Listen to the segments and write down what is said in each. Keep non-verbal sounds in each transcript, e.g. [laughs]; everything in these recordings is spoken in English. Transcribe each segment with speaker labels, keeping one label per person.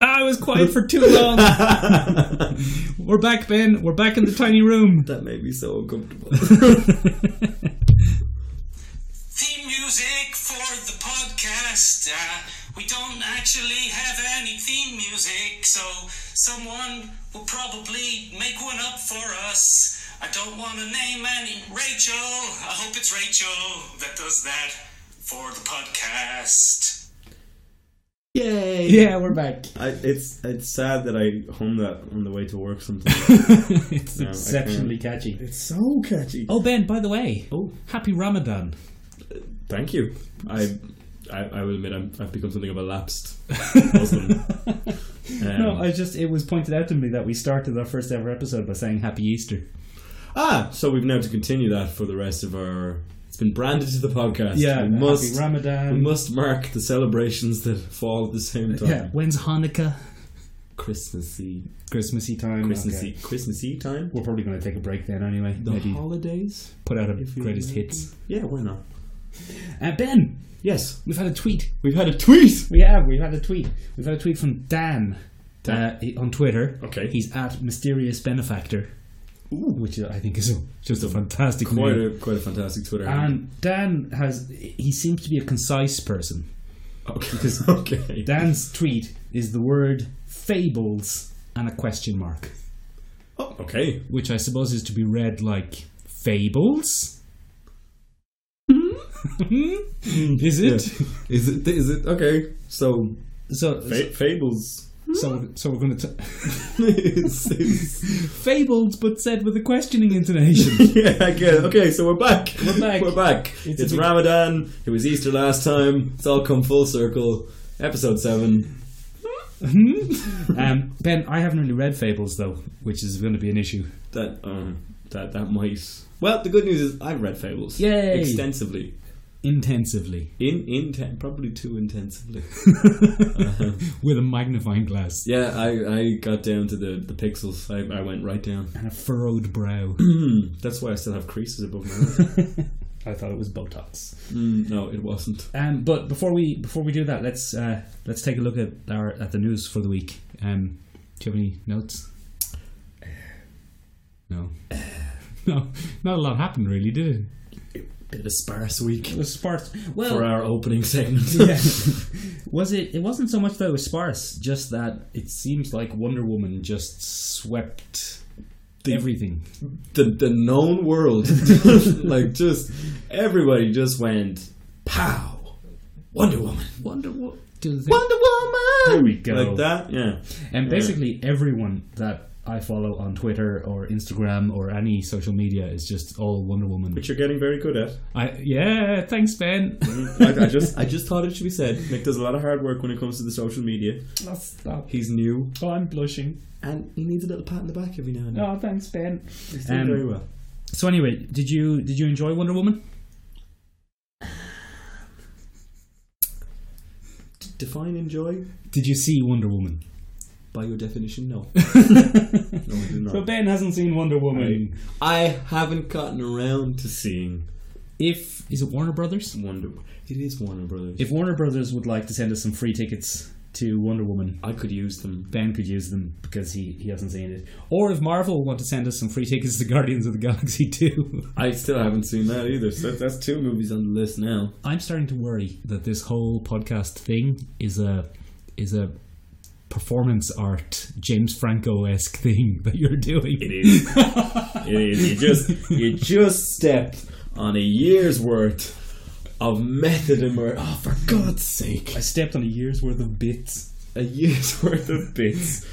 Speaker 1: I was quiet for too [laughs] long. We're back, Ben. We're back in the tiny room.
Speaker 2: that made me so [laughs] uncomfortable.
Speaker 3: theme music for the podcast. Uh, we don't actually have any theme music, so someone will probably make one up for us. I don't want to name any. Rachel, I hope it's Rachel that does that for the podcast.
Speaker 2: Yay!
Speaker 1: Yeah, we're back. [laughs]
Speaker 2: I, it's it's sad that I hum that on the way to work sometimes.
Speaker 1: it's
Speaker 2: No, I
Speaker 1: exceptionally catchy.
Speaker 2: it's so catchy.
Speaker 1: Oh, Ben, by the way,
Speaker 2: Oh.
Speaker 1: happy Ramadan.
Speaker 2: Thank you. I I, I will admit I'm, I've become something of a [laughs] lapsed
Speaker 1: [laughs]
Speaker 2: Muslim. Um,
Speaker 1: No, I just, it was pointed out to me that we started our first ever episode by saying happy Easter.
Speaker 2: ah, so we've now to continue that for the rest of our. It's been branded to the podcast. we must
Speaker 1: happy Ramadan.
Speaker 2: we must mark the celebrations that fall at the same time.
Speaker 1: yeah, when's Hanukkah?
Speaker 2: Christmassy,
Speaker 1: Christmassy time.
Speaker 2: Christmassy,
Speaker 1: okay.
Speaker 2: Christmassy time.
Speaker 1: We're probably going to take a break then anyway.
Speaker 2: The
Speaker 1: Maybe
Speaker 2: holidays.
Speaker 1: put out a
Speaker 2: you
Speaker 1: greatest
Speaker 2: like.
Speaker 1: hits.
Speaker 2: Yeah, why not?
Speaker 1: Uh, ben,
Speaker 2: Yes,
Speaker 1: we've had a tweet.
Speaker 2: we've had a tweet.
Speaker 1: We have. We've had a tweet. We've had a tweet from Dan, Uh, he- on Twitter.
Speaker 2: Okay.
Speaker 1: He's at mysterious benefactor, which I think is a, just a fantastic
Speaker 2: Quite
Speaker 1: name.
Speaker 2: a quite a fantastic Twitter. handle.
Speaker 1: And Dan has. He seems to be a concise person.
Speaker 2: okay,
Speaker 1: because-
Speaker 2: [laughs] okay.
Speaker 1: Dan's tweet is the word fables and a question mark,
Speaker 2: Oh, okay.
Speaker 1: which I suppose is to be read like fables. Hmm? [laughs] is it?
Speaker 2: Yeah. Is it? Is it? Okay. So
Speaker 1: So,
Speaker 2: fa- fables.
Speaker 1: so, so we're going to. [laughs]
Speaker 2: It's- it's-
Speaker 1: fabled but said with a questioning [laughs] intonation.
Speaker 2: [laughs] yeah, I get it. Okay, so we're back. We're
Speaker 1: back.
Speaker 2: We're back.
Speaker 1: It's
Speaker 2: It's,
Speaker 1: a big-
Speaker 2: Ramadan. It was Easter last time. It's all come full circle. Episode seven.
Speaker 1: um, ben, I haven't really read fables though, which is going to be an issue.
Speaker 2: That um, that that might. Well, the good news is I've read fables.
Speaker 1: Yay.
Speaker 2: Extensively.
Speaker 1: [laughs] Intensively,
Speaker 2: In inten- probably too intensively. [laughs]
Speaker 1: Uh-huh. with a magnifying glass
Speaker 2: Yeah, I, I got down to the, the pixels. I, I went right down. [clears throat]
Speaker 1: and a furrowed [laughs] brow.
Speaker 2: That's why I still have creases above my eyes. [clears throat]
Speaker 1: I thought it was Botox.
Speaker 2: Mm, no, it wasn't.
Speaker 1: Um, but before we before we do that, let's uh, let's take a look at our at the news for the week. Um, do you have any notes? [laughs] No, no, not a lot happened really, did it?
Speaker 2: Bit of a sparse week
Speaker 1: It was sparse. Well,
Speaker 2: for our opening segment.
Speaker 1: [laughs] yeah. was it it wasn't so much that it was sparse just that it seems like wonder woman just swept everything
Speaker 2: [laughs] the, the known [laughs] world. like, just everybody just went, pow! Wonder Woman.
Speaker 1: wonder woman do the thing.
Speaker 2: Wonder Woman!
Speaker 1: There we go.
Speaker 2: Like that, yeah.
Speaker 1: and basically everyone that i follow on twitter or instagram or any social media is just all wonder woman
Speaker 2: Which you're getting very good at.
Speaker 1: i yeah thanks
Speaker 2: [laughs]
Speaker 1: ben
Speaker 2: I, I just I just thought it should be said. Mick does a lot of hard work when it comes to the social media.
Speaker 1: stop
Speaker 2: He's new.
Speaker 1: oh i'm blushing
Speaker 2: And he needs a little pat in the back every now and then.
Speaker 1: oh thanks ben
Speaker 2: He's doing
Speaker 1: Um,
Speaker 2: very well.
Speaker 1: so anyway did you did you enjoy wonder woman
Speaker 2: Define enjoy?
Speaker 1: did you see wonder woman
Speaker 2: By your definition, [laughs] no. no, I did not.
Speaker 1: so ben hasn't seen wonder woman
Speaker 2: I haven't gotten around to seeing
Speaker 1: if is it warner brothers
Speaker 2: Wonder Woman. It is Warner Brothers.
Speaker 1: If Warner Brothers would like to send us some free tickets to Wonder Woman,
Speaker 2: I could use them.
Speaker 1: Ben could use them because he, he hasn't seen it. Or if Marvel want to send us some free tickets to Guardians of the Galaxy [laughs] 2.
Speaker 2: I still haven't seen that either. So that- that's two movies on the list now.
Speaker 1: I'm starting to worry that this whole podcast thing is a is a performance art James Franco esque [laughs] thing that you're doing.
Speaker 2: It
Speaker 1: [laughs]
Speaker 2: is. it is. You just you just stepped on a year's worth of method and work. Oh, for God's sake!
Speaker 1: I stepped on a year's worth of bits.
Speaker 2: A year's [laughs] worth of bits.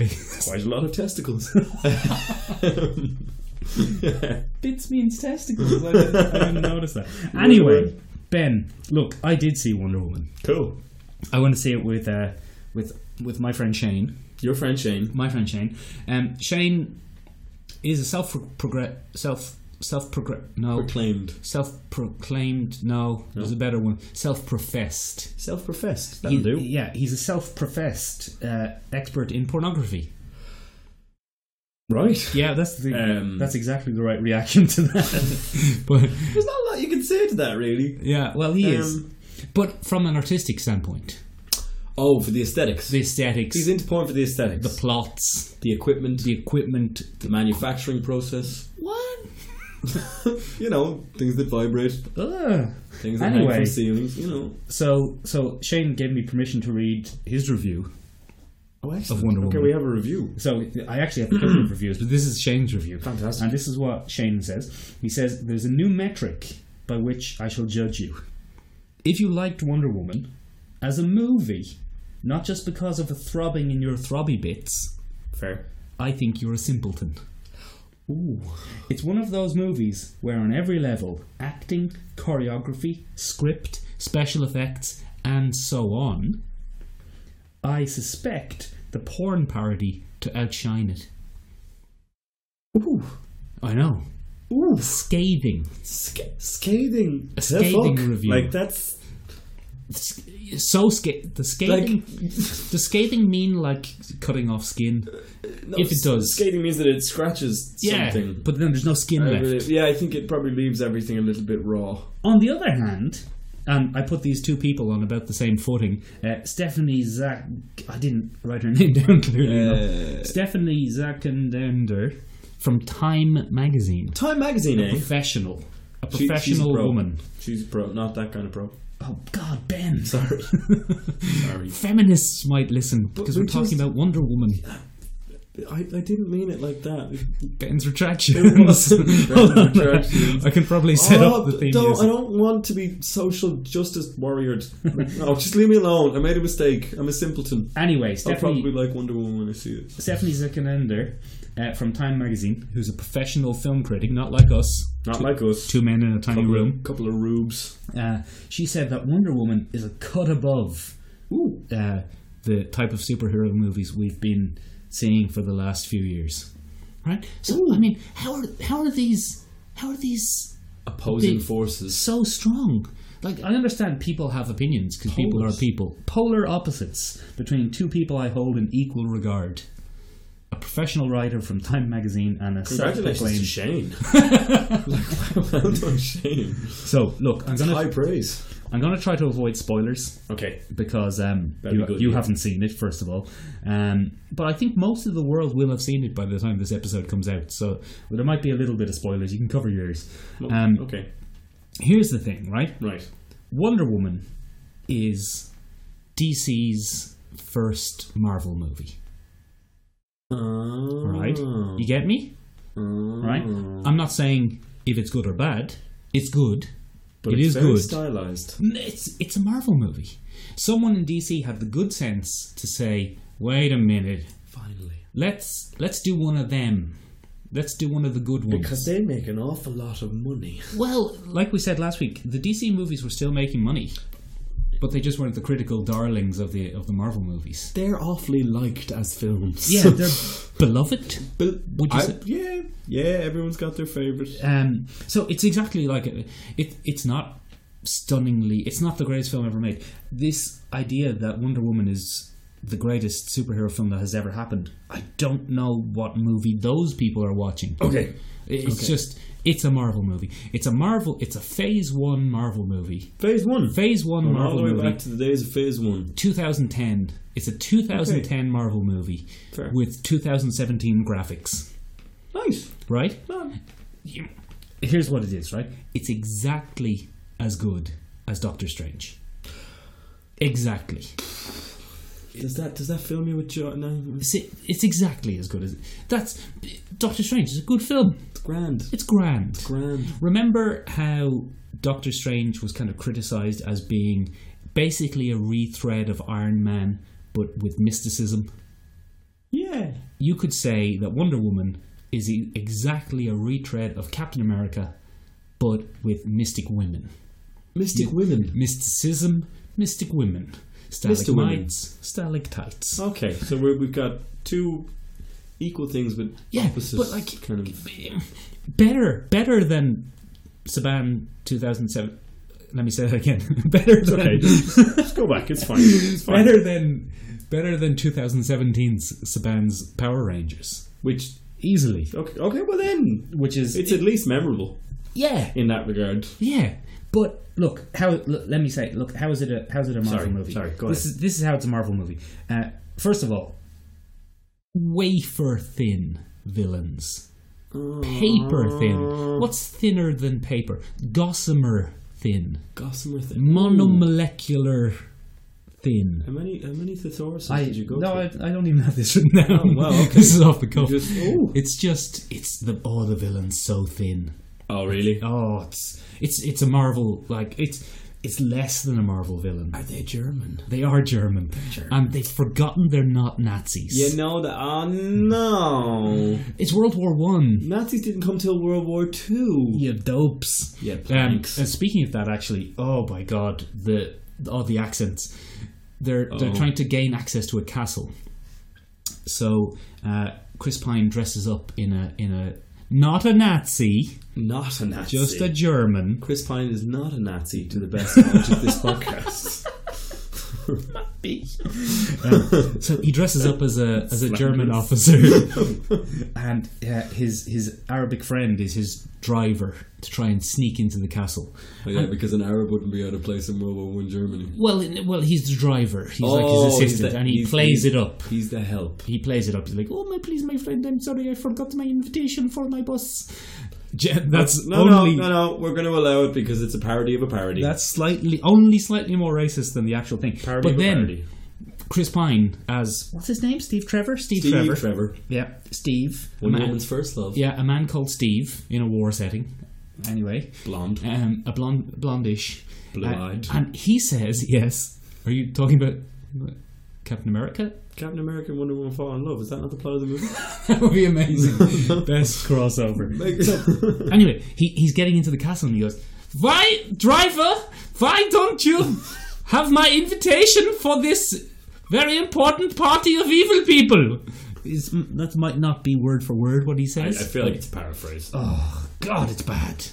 Speaker 2: Quite a lot of testicles. [laughs]
Speaker 1: Bits means testicles. I didn't, I didn't notice [laughs] that. Anyway, Ben, look, I did see Wonder Woman.
Speaker 2: cool.
Speaker 1: I want to see it with uh, with with my friend Shane.
Speaker 2: Your friend Shane.
Speaker 1: my friend Shane. Um, Shane is a self progress self self progress no
Speaker 2: Proclaimed.
Speaker 1: self proclaimed no, there's a better one self professed.
Speaker 2: Self professed. That'll do.
Speaker 1: Yeah, he's a self professed uh, expert in pornography.
Speaker 2: Right.
Speaker 1: Yeah, that's the
Speaker 2: Um,
Speaker 1: that's exactly the right reaction to
Speaker 2: [laughs]
Speaker 1: that. but
Speaker 2: There's not a lot you can say to that, really.
Speaker 1: yeah, well, he is.
Speaker 2: Um,
Speaker 1: But from an artistic standpoint,
Speaker 2: Oh, for the aesthetics.
Speaker 1: the aesthetics,
Speaker 2: He's into porn for the aesthetics.
Speaker 1: the plots,
Speaker 2: the equipment,
Speaker 1: the equipment.
Speaker 2: the manufacturing process.
Speaker 1: What?
Speaker 2: you know, things that vibrate,
Speaker 1: Ugh.
Speaker 2: things that hang
Speaker 1: Anyway.
Speaker 2: from ceilings. You know.
Speaker 1: So, so Shane gave me permission to read his review
Speaker 2: Oh,
Speaker 1: of Wonder
Speaker 2: Okay,
Speaker 1: Woman.
Speaker 2: we have a review.
Speaker 1: So I actually have a couple of reviews, but this is Shane's review.
Speaker 2: Fantastic.
Speaker 1: And this is what Shane says. He says, "There's a new metric by which I shall judge you. If you liked Wonder Woman as a movie, not just because of a throbbing in your throbby bits,
Speaker 2: Fair.
Speaker 1: I think you're a simpleton.
Speaker 2: Ooh.
Speaker 1: It's one of those movies where, on every level, acting, choreography, script, special effects, and so on, I suspect the porn parody to outshine it.
Speaker 2: Ooh.
Speaker 1: I know.
Speaker 2: Ooh.
Speaker 1: Scathing.
Speaker 2: Sca- scathing.
Speaker 1: A scathing
Speaker 2: The fuck?
Speaker 1: review.
Speaker 2: Like that's
Speaker 1: So sca- the
Speaker 2: like.
Speaker 1: scathing. does scathing mean like cutting off skin?
Speaker 2: no,
Speaker 1: If it does.
Speaker 2: scathing means that it scratches something.
Speaker 1: but then there's no skin
Speaker 2: I
Speaker 1: left.
Speaker 2: Oh, really- yeah, I think it probably leaves everything a little bit raw.
Speaker 1: On the other hand, um, I put these two people on about the same footing. Uh, Stephanie Zach. I didn't write her [laughs] name down clearly
Speaker 2: Uh,
Speaker 1: enough. Stephanie Zackendender from Time Magazine.
Speaker 2: Time magazine, eh?
Speaker 1: Professional. A
Speaker 2: She- she's a
Speaker 1: professional
Speaker 2: pro.
Speaker 1: woman.
Speaker 2: She's a pro, not that kind of pro.
Speaker 1: Oh, God, Ben.
Speaker 2: Sorry.
Speaker 1: [laughs]
Speaker 2: Sorry.
Speaker 1: Feminists might listen because we're
Speaker 2: we're
Speaker 1: talking
Speaker 2: just-
Speaker 1: about Wonder Woman.
Speaker 2: I, I didn't mean it like that.
Speaker 1: Ben's [laughs] retractions.
Speaker 2: Ben's
Speaker 1: Hold on.
Speaker 2: retractions.
Speaker 1: I can probably set up the theme
Speaker 2: Oh, don't,
Speaker 1: music.
Speaker 2: I don't want to be social justice warriored. no, just leave me alone. I made a mistake. I'm a simpleton.
Speaker 1: Anyway,
Speaker 2: I'll Oh, probably
Speaker 1: Stephanie,
Speaker 2: like Wonder Woman when I see it.
Speaker 1: Stephanie Zuckenander uh, from Time Magazine, who's a professional film critic, not like us,
Speaker 2: Not like us.
Speaker 1: two men in a tiny
Speaker 2: couple,
Speaker 1: room.
Speaker 2: couple of rubes.
Speaker 1: Uh, she said that Wonder Woman is a cut above uh, the type of superhero movies we've been seeing for the last few years. Right? So I mean, how are how are these how are these
Speaker 2: Opposing
Speaker 1: Big-
Speaker 2: forces.
Speaker 1: so strong? Like I understand people have opinions because people are
Speaker 2: Polars.
Speaker 1: people. Polar opposites between two people I hold in equal regard. A professional writer from Time magazine and a
Speaker 2: Congratulations, to
Speaker 1: self-proclaimed [laughs]
Speaker 2: Shane. like, well done, Shane.
Speaker 1: So look, I'm gonna
Speaker 2: High praise.
Speaker 1: I'm gonna try to avoid spoilers.
Speaker 2: Okay.
Speaker 1: because um,
Speaker 2: That'd
Speaker 1: you,
Speaker 2: be good,
Speaker 1: you
Speaker 2: yeah.
Speaker 1: haven't seen it, first of all. Um, but I think most of the world will have seen it by the time this episode comes out. So there might be a little bit of spoilers. You can cover yours. Um,
Speaker 2: okay.
Speaker 1: Here's the thing, right?
Speaker 2: Right.
Speaker 1: Wonder Woman is DC's first Marvel movie,
Speaker 2: Ah.
Speaker 1: right?
Speaker 2: Mm.
Speaker 1: You get me? Right? I'm not saying if it's good or bad. It's good.
Speaker 2: But
Speaker 1: It
Speaker 2: it's
Speaker 1: is
Speaker 2: very
Speaker 1: good.
Speaker 2: stylized.
Speaker 1: It's it's a Marvel movie. Someone in DC had the good sense to say, "Wait a minute,
Speaker 2: Finally.
Speaker 1: let's let's do one of them. Let's do one of the good ones.
Speaker 2: Because they make an awful lot of money.
Speaker 1: well, like we said last week, the DC movies were still making money, but they just weren't the critical darlings of the of the Marvel movies.
Speaker 2: They're awfully liked as films.
Speaker 1: Yeah,
Speaker 2: [laughs]
Speaker 1: they're beloved.
Speaker 2: But
Speaker 1: Would you
Speaker 2: I-
Speaker 1: say-
Speaker 2: yeah, yeah. Everyone's got their favorite.
Speaker 1: Um, so it's exactly like it, it. It's not stunningly. It's not the greatest film ever made. This idea that Wonder Woman is the greatest superhero film that has ever happened. I don't know what movie those people are watching.
Speaker 2: Okay.
Speaker 1: It's
Speaker 2: Okay.
Speaker 1: just it's a Marvel movie. It's a Marvel. It's a Phase One Marvel movie.
Speaker 2: Phase one.
Speaker 1: Phase One
Speaker 2: Going all
Speaker 1: Marvel
Speaker 2: the way
Speaker 1: movie.
Speaker 2: back to the days of Phase one.
Speaker 1: 2010. It's a 2010 Marvel movie
Speaker 2: Fair.
Speaker 1: with 2017 graphics.
Speaker 2: Nice.
Speaker 1: Right?
Speaker 2: Man.
Speaker 1: You- Here's what it is. Right? It's exactly as good as Doctor Strange. Exactly.
Speaker 2: Does that does that fill me with joy? No,
Speaker 1: It's, it's exactly as good as that's Doctor Strange is a good film.
Speaker 2: it's grand.
Speaker 1: It's grand.
Speaker 2: Grand.
Speaker 1: Remember how Doctor Strange was kind of criticized as being basically a rethread of Iron Man, but with mysticism?
Speaker 2: Yeah.
Speaker 1: You could say that Wonder Woman is e- exactly a retread of Captain America, but with mystic women.
Speaker 2: Mystic women.
Speaker 1: Mysticism, mystic women.
Speaker 2: Mystic women.
Speaker 1: Stalagmites, stalactites.
Speaker 2: Okay, so we're, we've got two equal things, but
Speaker 1: yeah,
Speaker 2: opposites.
Speaker 1: but like
Speaker 2: kind of.
Speaker 1: better, better than Saban 2007. Let me say that again. [laughs] better than
Speaker 2: [laughs] Okay, just, just go back. It's fine. It's fine.
Speaker 1: better than better than 2017's Saban's Power Rangers
Speaker 2: Which
Speaker 1: easily,
Speaker 2: okay, okay, well then
Speaker 1: which is
Speaker 2: it's at least memorable.
Speaker 1: Yeah,
Speaker 2: in that regard.
Speaker 1: yeah. But look, how l- let me say, look, how is it a how is it a Marvel
Speaker 2: Sorry,
Speaker 1: movie?
Speaker 2: sorry, go
Speaker 1: this
Speaker 2: ahead.
Speaker 1: is this is how it's a Marvel movie. Uh, first of all, wafer thin villains,
Speaker 2: Oh,
Speaker 1: paper
Speaker 2: Mm.
Speaker 1: thin. What's thinner than paper? Gossamer thin,
Speaker 2: Gossamer thing.
Speaker 1: monomolecular thin.
Speaker 2: How many how many thesauruses
Speaker 1: I,
Speaker 2: did you go
Speaker 1: no, I,
Speaker 2: through?
Speaker 1: I don't even have this written down.
Speaker 2: Oh, wow,
Speaker 1: [laughs]
Speaker 2: okay.
Speaker 1: this is off the cuff.
Speaker 2: just- ooh.
Speaker 1: it's just it's the oh the villain's so thin.
Speaker 2: oh really?
Speaker 1: Oh, it's it's it's a Marvel like it's it's less than a Marvel villain.
Speaker 2: Are they German?
Speaker 1: They are German,
Speaker 2: German.
Speaker 1: and they've forgotten they're not Nazis.
Speaker 2: You know that? Oh no!
Speaker 1: It's World War One.
Speaker 2: Nazis didn't come till World War Two.
Speaker 1: You dopes.
Speaker 2: Yeah,
Speaker 1: Um,
Speaker 2: planks.
Speaker 1: and speaking of that, actually, oh my god, the all the accents. They're they're
Speaker 2: Oh.
Speaker 1: trying to gain access to a castle. So uh, Chris Pine dresses up in a in a not a Nazi,
Speaker 2: Not a Nazi.
Speaker 1: just a German.
Speaker 2: Chris Pine is not a Nazi to the best knowledge of this
Speaker 1: [laughs]
Speaker 2: podcast.
Speaker 1: Um, So he dresses up as a as a German
Speaker 2: Slanderous.
Speaker 1: officer, [laughs] and uh, his his Arabic friend is his driver to try and sneak into the castle.
Speaker 2: yeah, because an Arab wouldn't be out of place in World War One Germany.
Speaker 1: Well, in- well, he's the driver. Oh, He's like
Speaker 2: Oh,
Speaker 1: his assistant, and he plays it up.
Speaker 2: He's the help.
Speaker 1: he plays it up. He's like, "Oh my, please, my friend, I'm sorry, I forgot my invitation for my bus." Je- That's
Speaker 2: No,
Speaker 1: only
Speaker 2: no, no, no. We're going to allow it because it's a parody of a parody.
Speaker 1: that's slightly only slightly more racist than the actual thing.
Speaker 2: parody
Speaker 1: but
Speaker 2: of a
Speaker 1: then
Speaker 2: parody.
Speaker 1: Chris Pine as what's his name? Steve Trevor. Steve,
Speaker 2: Steve
Speaker 1: Trevor.
Speaker 2: Trevor.
Speaker 1: Yeah, Steve. A
Speaker 2: One
Speaker 1: man-
Speaker 2: woman's first love.
Speaker 1: yeah, a man called Steve in a war setting. Anyway,
Speaker 2: Blonde.
Speaker 1: um, a blonde, blondish,
Speaker 2: Blue-eyed.
Speaker 1: and he says, "Yes." Are you talking about Captain America? [laughs]
Speaker 2: Captain America and Wonder Woman fall in love. Is that not the plot of the movie? [laughs]
Speaker 1: That would be [laughs] amazing. Best crossover. Anyway, he, he's getting into the castle and he goes, Why, driver, why don't you have my invitation for this very important party of evil people? Is, that might not be word for word what he
Speaker 2: I, I
Speaker 1: says.
Speaker 2: feel like it's paraphrased.
Speaker 1: Oh, God, it's bad.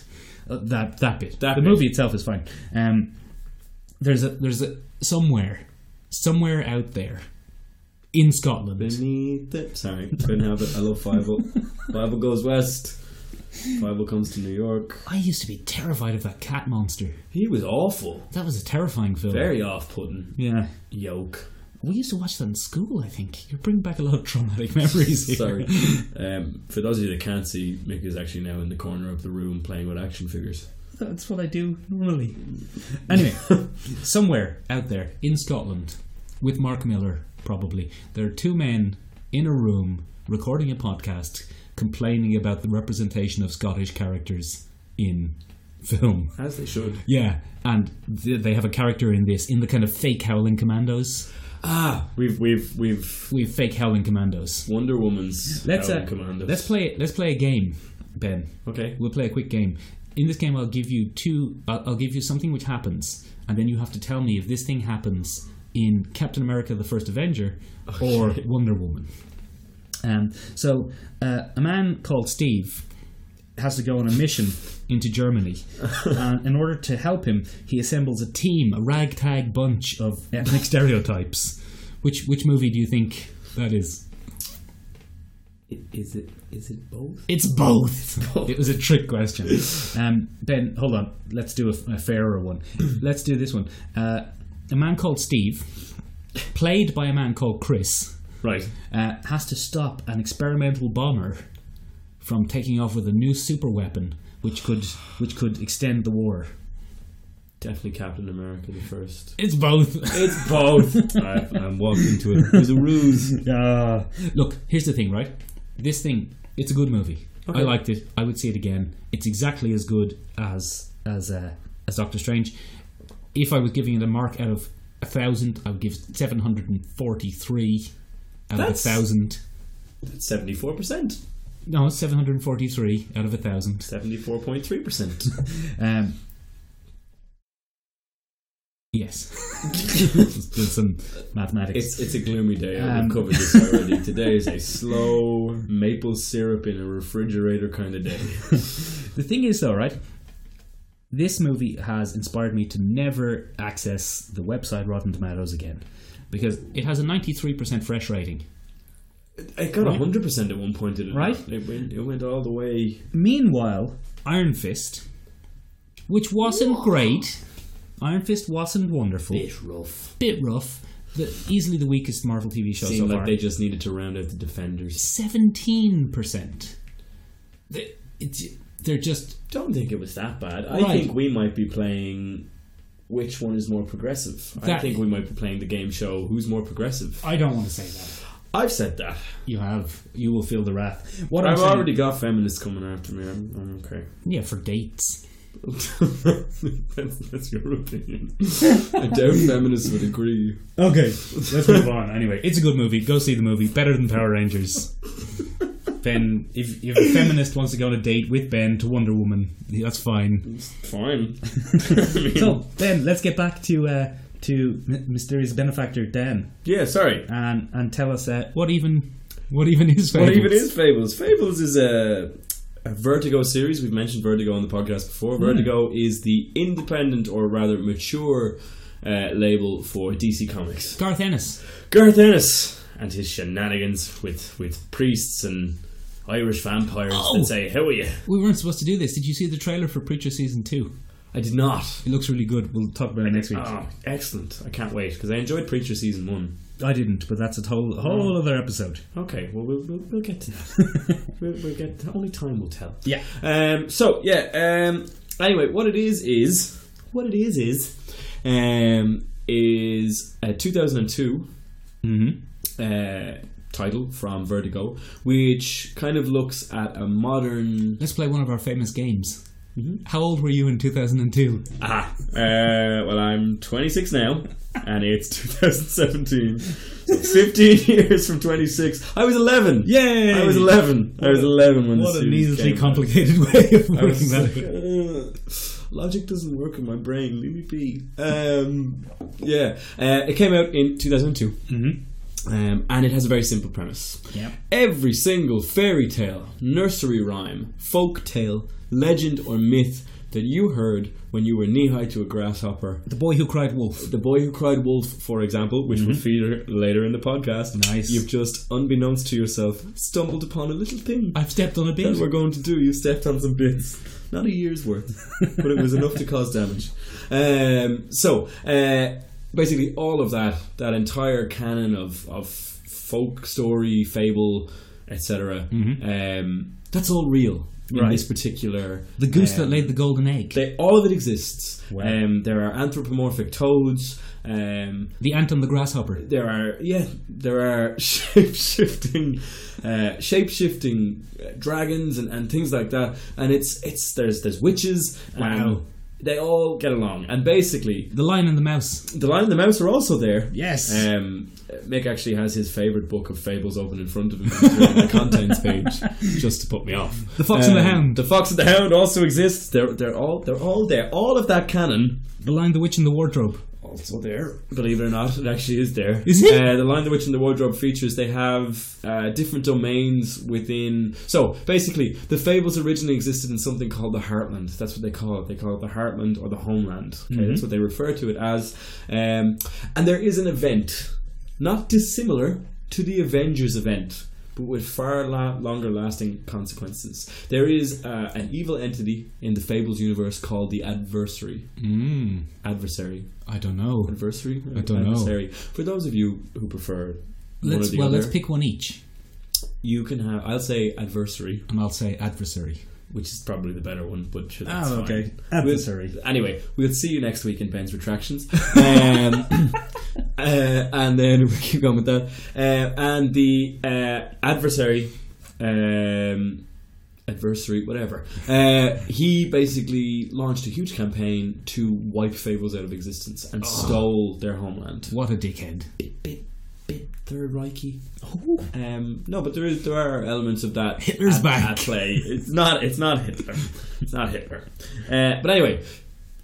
Speaker 1: Uh, that, that bit.
Speaker 2: That
Speaker 1: the
Speaker 2: bit.
Speaker 1: movie itself is fine. Um, there's a, there's a, somewhere, somewhere out there in Scotland.
Speaker 2: Beneath it. Sorry, couldn't have it. I love [laughs] Fievel. Fievel goes west. Fievel comes to New York.
Speaker 1: I used to be terrified of that cat monster.
Speaker 2: He was awful.
Speaker 1: That was a terrifying film.
Speaker 2: Very off putting.
Speaker 1: Yeah.
Speaker 2: Yoke. [laughs]
Speaker 1: We used to watch that in school, I think. You're bringing back a lot of traumatic [laughs] memories here.
Speaker 2: Sorry. Um, for those of you that can't see, Mick is actually now in the corner of the room playing with action figures.
Speaker 1: That's what I do normally.
Speaker 2: [laughs]
Speaker 1: Anyway, somewhere out there in Scotland, with Mark Miller, probably, there are two men in a room recording a podcast complaining about the representation of Scottish characters in film.
Speaker 2: As they should.
Speaker 1: Yeah, and th- they have a character in this, in the kind of fake Howling Commandos.
Speaker 2: Ah, we've we've we've
Speaker 1: We have fake Howling Commandos.
Speaker 2: Wonder Woman's
Speaker 1: Let's
Speaker 2: Howling
Speaker 1: uh,
Speaker 2: Commandos.
Speaker 1: let's play let's play a game, Ben.
Speaker 2: Okay.
Speaker 1: We'll play a quick game. In this game, I'll give you two. I'll, I'll give you something which happens, and then you have to tell me if this thing happens in Captain America: The First Avenger or Wonder Woman. Um, so, uh, a man called Steve has to go on a mission into Germany. and in order to help him, he assembles a team, a ragtag bunch of ethnic stereotypes. Which which movie do you think that is?
Speaker 2: Is it is it both?
Speaker 1: It's both. It was a trick question. Um, ben, hold on. Let's do a, a fairer one. [clears throat] Let's do this one. Uh, a man called Steve, played by a man called Chris,
Speaker 2: Right.
Speaker 1: uh, has to stop an experimental bomber from taking off with a new super weapon, which could which could extend the war.
Speaker 2: Definitely Captain America the first.
Speaker 1: It's both.
Speaker 2: It's both. [laughs] I, I'm walking to it. There's a [laughs] ruse.
Speaker 1: Ah. Look, here's the thing, right? This thing, it's a good movie. I
Speaker 2: Okay.
Speaker 1: liked it. I would see it again. It's exactly as good as as uh, as Doctor Strange. If I was giving it a mark out of a thousand, I would give seven hundred and forty-three out
Speaker 2: That's-
Speaker 1: of a thousand.
Speaker 2: Seventy four percent.
Speaker 1: No, seven hundred and forty-three out of a thousand.
Speaker 2: Seventy four point three percent. [laughs]
Speaker 1: Um, yes, [laughs] Let's do some mathematics.
Speaker 2: It's it's a gloomy day.
Speaker 1: Um,
Speaker 2: I've covered this [laughs] already. Today is a slow maple syrup in a refrigerator kind of day. [laughs]
Speaker 1: The thing is, though, right? This movie has inspired me to never access the website Rotten Tomatoes again because it has a 93% fresh rating.
Speaker 2: I got hundred percent at one point. Did it?
Speaker 1: Right.
Speaker 2: It went it went all the way.
Speaker 1: Meanwhile, Iron Fist, which wasn't great. Iron Fist wasn't wonderful.
Speaker 2: Bit rough.
Speaker 1: Bit rough. The, easily the weakest Marvel TV show
Speaker 2: Seemed
Speaker 1: so far.
Speaker 2: like they just needed to round out the defenders.
Speaker 1: Seventeen percent. They're just
Speaker 2: Don't think it was that bad. I
Speaker 1: Right.
Speaker 2: think we might be playing. Which one is more progressive? I
Speaker 1: That-
Speaker 2: think we might be playing the game show. Who's more progressive?
Speaker 1: I don't want to say that.
Speaker 2: I've said that.
Speaker 1: You have. You will feel the wrath. What I'm
Speaker 2: I've
Speaker 1: saying-
Speaker 2: already got feminists coming after me. I'm, I'm okay.
Speaker 1: Yeah, for dates.
Speaker 2: [laughs] that's, that's your opinion. I doubt feminists would agree.
Speaker 1: Okay, let's move on. Anyway, it's a good movie. Go see the movie. Better than Power Rangers. Ben, if, if a feminist wants to go on a date with Ben to Wonder Woman, that's fine.
Speaker 2: [laughs] Fine.
Speaker 1: So, Ben, let's get back to uh, to M- mysterious benefactor Dan
Speaker 2: yeah, sorry.
Speaker 1: and and tell us uh, what even what even is
Speaker 2: What
Speaker 1: Fables?
Speaker 2: even is Fables? Fables is a, a Vertigo series. We've mentioned Vertigo on the podcast before. Vertigo is the independent, or rather mature, uh, label for DC Comics.
Speaker 1: Garth Ennis?
Speaker 2: Garth Ennis and his shenanigans with, with priests and Irish vampires
Speaker 1: Oh.
Speaker 2: that say, How are you?
Speaker 1: We weren't supposed to do this. Did you see the trailer for Preacher season two?
Speaker 2: I did not.
Speaker 1: It looks really good. We'll talk about it next week.
Speaker 2: Oh, excellent. I can't wait because I enjoyed Preacher season one.
Speaker 1: I didn't, but that's a whole whole
Speaker 2: Mm.
Speaker 1: other episode.
Speaker 2: Okay, well, we'll, we'll, we'll get
Speaker 1: [laughs]
Speaker 2: to that. we'll, we'll get Only time will tell.
Speaker 1: Yeah.
Speaker 2: Um, so, yeah. Um, anyway, what it is is. What it is is. Um, is a 2002
Speaker 1: Mm-hmm.
Speaker 2: uh, title from Vertigo, which kind of looks at a modern.
Speaker 1: Let's play one of our famous games. How old were you in 2002?
Speaker 2: Ah, uh, well, I'm 26 now, and it's 2017.
Speaker 1: [laughs]
Speaker 2: So 15 years from 26. I was 11.
Speaker 1: Yay!
Speaker 2: I was 11. I was 11 when
Speaker 1: What
Speaker 2: the
Speaker 1: a
Speaker 2: series
Speaker 1: needlessly
Speaker 2: came out.
Speaker 1: complicated [laughs] way of
Speaker 2: I was
Speaker 1: working
Speaker 2: like,
Speaker 1: that out.
Speaker 2: "Ugh, [laughs] logic doesn't work in my brain. Leave me be. Um, yeah, uh, it came out in 2002,
Speaker 1: Mhm.
Speaker 2: um, and it has a very simple premise.
Speaker 1: Yep.
Speaker 2: Every single fairy tale, nursery rhyme, folk tale, legend, or myth that you heard when you were knee high to a grasshopper.
Speaker 1: The boy who cried wolf.
Speaker 2: The boy who cried wolf, for example, which we'll feature later in the podcast.
Speaker 1: Nice.
Speaker 2: You've just, unbeknownst to yourself, stumbled upon a little thing
Speaker 1: I've stepped on a
Speaker 2: that
Speaker 1: bit.
Speaker 2: we're going to do. You stepped on some bits. Not a year's worth, but it was enough to cause damage. Um, so, uh, basically, all of that, that entire canon of, of folk story, fable, etc., um, that's all real in
Speaker 1: Mm-hmm. Right.
Speaker 2: this particular.
Speaker 1: The goose that
Speaker 2: um,
Speaker 1: laid the golden egg.
Speaker 2: They, all of it exists.
Speaker 1: Wow.
Speaker 2: Um, there are anthropomorphic toads. Um,
Speaker 1: the ant and the grasshopper.
Speaker 2: there are yeah there are [laughs] shape shifting uh, shape shifting dragons and, and things like that and it's it's there's there's witches
Speaker 1: Wow.
Speaker 2: and they all get along and basically
Speaker 1: The lion and the mouse.
Speaker 2: the lion and the mouse are also there
Speaker 1: Yes.
Speaker 2: um, Mick actually has his favorite book of fables open in front of him
Speaker 1: [laughs]
Speaker 2: He's reading the contents page just to put me off Um,
Speaker 1: The fox and the hound.
Speaker 2: the fox and the hound also exists they're they're all they're all there all of that canon
Speaker 1: The lion, the witch, and the wardrobe.
Speaker 2: also there. Believe it or not, it actually is there.
Speaker 1: Is it?
Speaker 2: Uh, the Lion, the Witch, and the Wardrobe features, they have uh, different domains within. So, basically, the fables originally existed in something called the Heartland. That's what they call it. They call it the Heartland or the Homeland. Okay, That's what they refer to it as. Um, and there is an event, not dissimilar to the Avengers event. But with far la- longer lasting consequences. There is uh, an evil entity in the Fables universe called the Adversary.
Speaker 1: Mm,
Speaker 2: Adversary
Speaker 1: I don't know.
Speaker 2: adversary.
Speaker 1: I don't know.
Speaker 2: adversary. For those of you who prefer one or
Speaker 1: Let's
Speaker 2: the
Speaker 1: well,
Speaker 2: other,
Speaker 1: let's pick one each,
Speaker 2: you can have. I'll say adversary,
Speaker 1: and I'll say adversary.
Speaker 2: which is probably the better one, but sure, that's
Speaker 1: Oh,
Speaker 2: fine.
Speaker 1: okay.
Speaker 2: We'll-
Speaker 1: Adversary.
Speaker 2: anyway, we'll see you next week in Ben's retractions, um, [coughs] uh, and then we keep going with that. Uh, and the uh, adversary. Um, adversary, whatever. Uh, he basically launched a huge campaign to wipe fables out of existence
Speaker 1: Ah.
Speaker 2: and stole their homeland.
Speaker 1: What a dickhead.
Speaker 2: bit bit bit Third Reichy. Um, no, but there is there are elements of that
Speaker 1: Hitler's
Speaker 2: at,
Speaker 1: back.
Speaker 2: at play. It's not it's not Hitler. it's not Hitler. Uh, but anyway,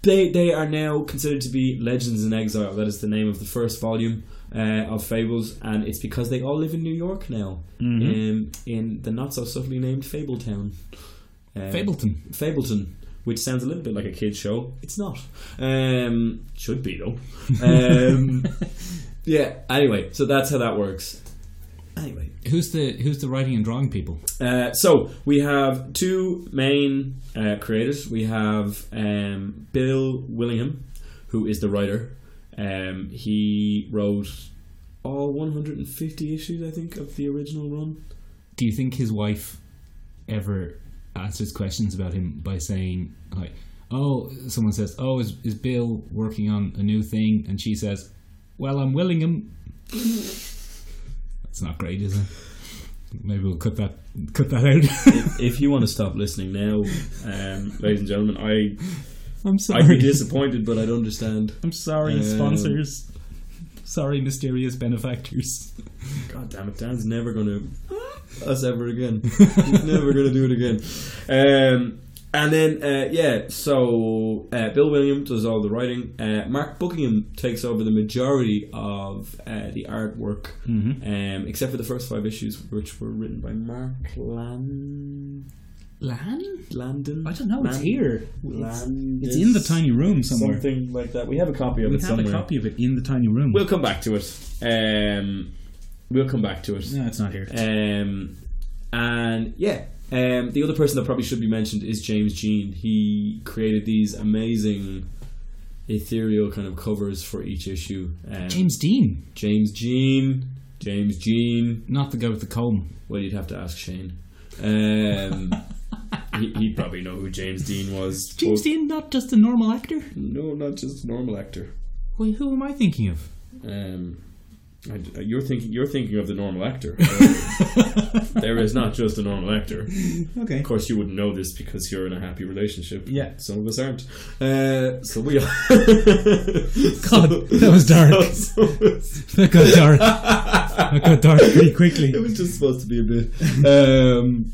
Speaker 2: they they are now considered to be legends in exile. That is the name of the first volume. Uh, of fables, and it's because they all live in New York now, um, in the not so subtly named Fabletown. Uh,
Speaker 1: Fableton.
Speaker 2: Fableton, which sounds a little bit like a kids show. It's not. Um, should be though. Um, yeah. Anyway, so that's how that works. Anyway,
Speaker 1: Who's the who's the writing and drawing people?
Speaker 2: uh, so we have two main uh, creators. We have um, Bill Willingham, who is the writer. Um, he wrote all 150 issues, I think, of the original run.
Speaker 1: Do you think his wife ever answers questions about him by saying like, "Oh, someone says, oh, is is Bill working on a new thing?" and she says, "Well, I'm willing him." That's not great, is it? Maybe we'll cut that cut that out. [laughs]
Speaker 2: If you want to stop listening now, um, ladies and gentlemen, I
Speaker 1: I'm [laughs]
Speaker 2: I'd be
Speaker 1: sorry.
Speaker 2: disappointed, but I'd understand.
Speaker 1: I'm sorry,
Speaker 2: Um,
Speaker 1: sponsors. Sorry, mysterious benefactors.
Speaker 2: God damn it, Dan's never
Speaker 1: [laughs]
Speaker 2: gonna us ever again. He's never gonna do it again. Um, and then uh, yeah, so uh, Bill William does all the writing. Uh, Mark Buckingham takes over the majority of uh, the artwork,
Speaker 1: Mhm.
Speaker 2: um, except for the first five issues, which were written by Mark Land-
Speaker 1: Lan?
Speaker 2: Landon.
Speaker 1: I don't know. It's
Speaker 2: Land-
Speaker 1: here.
Speaker 2: Landis-
Speaker 1: It's in the tiny room somewhere.
Speaker 2: Something like that. We have a copy of
Speaker 1: We
Speaker 2: it
Speaker 1: have
Speaker 2: somewhere.
Speaker 1: a copy of it in the tiny room.
Speaker 2: We'll come back to it. Um, we'll come back to it.
Speaker 1: no, it's not here.
Speaker 2: Um, and yeah, um, the other person that probably should be mentioned is James Jean. He created these amazing ethereal kind of covers for each issue. Um,
Speaker 1: James Dean,
Speaker 2: James Jean, James Jean.
Speaker 1: not the guy with the comb.
Speaker 2: Well, you'd have to ask Shane.
Speaker 1: [laughs]
Speaker 2: Um, he, he'd probably know who James Dean was.
Speaker 1: James
Speaker 2: but-
Speaker 1: Dean, not just a normal actor.
Speaker 2: No, not just a normal actor.
Speaker 1: Wait, who am I thinking of?
Speaker 2: Um, I- you're thinking you're thinking of the normal actor.
Speaker 1: [laughs]
Speaker 2: there is not just a normal actor.
Speaker 1: [laughs] Okay.
Speaker 2: Of course, you wouldn't know this because you're in a happy relationship.
Speaker 1: Yeah.
Speaker 2: Some of us aren't. Uh, so we are.
Speaker 1: [laughs]
Speaker 2: God,
Speaker 1: that was
Speaker 2: [laughs]
Speaker 1: dark. [laughs] That got dark. that got dark pretty quickly.
Speaker 2: it was just supposed to be a bit. Um,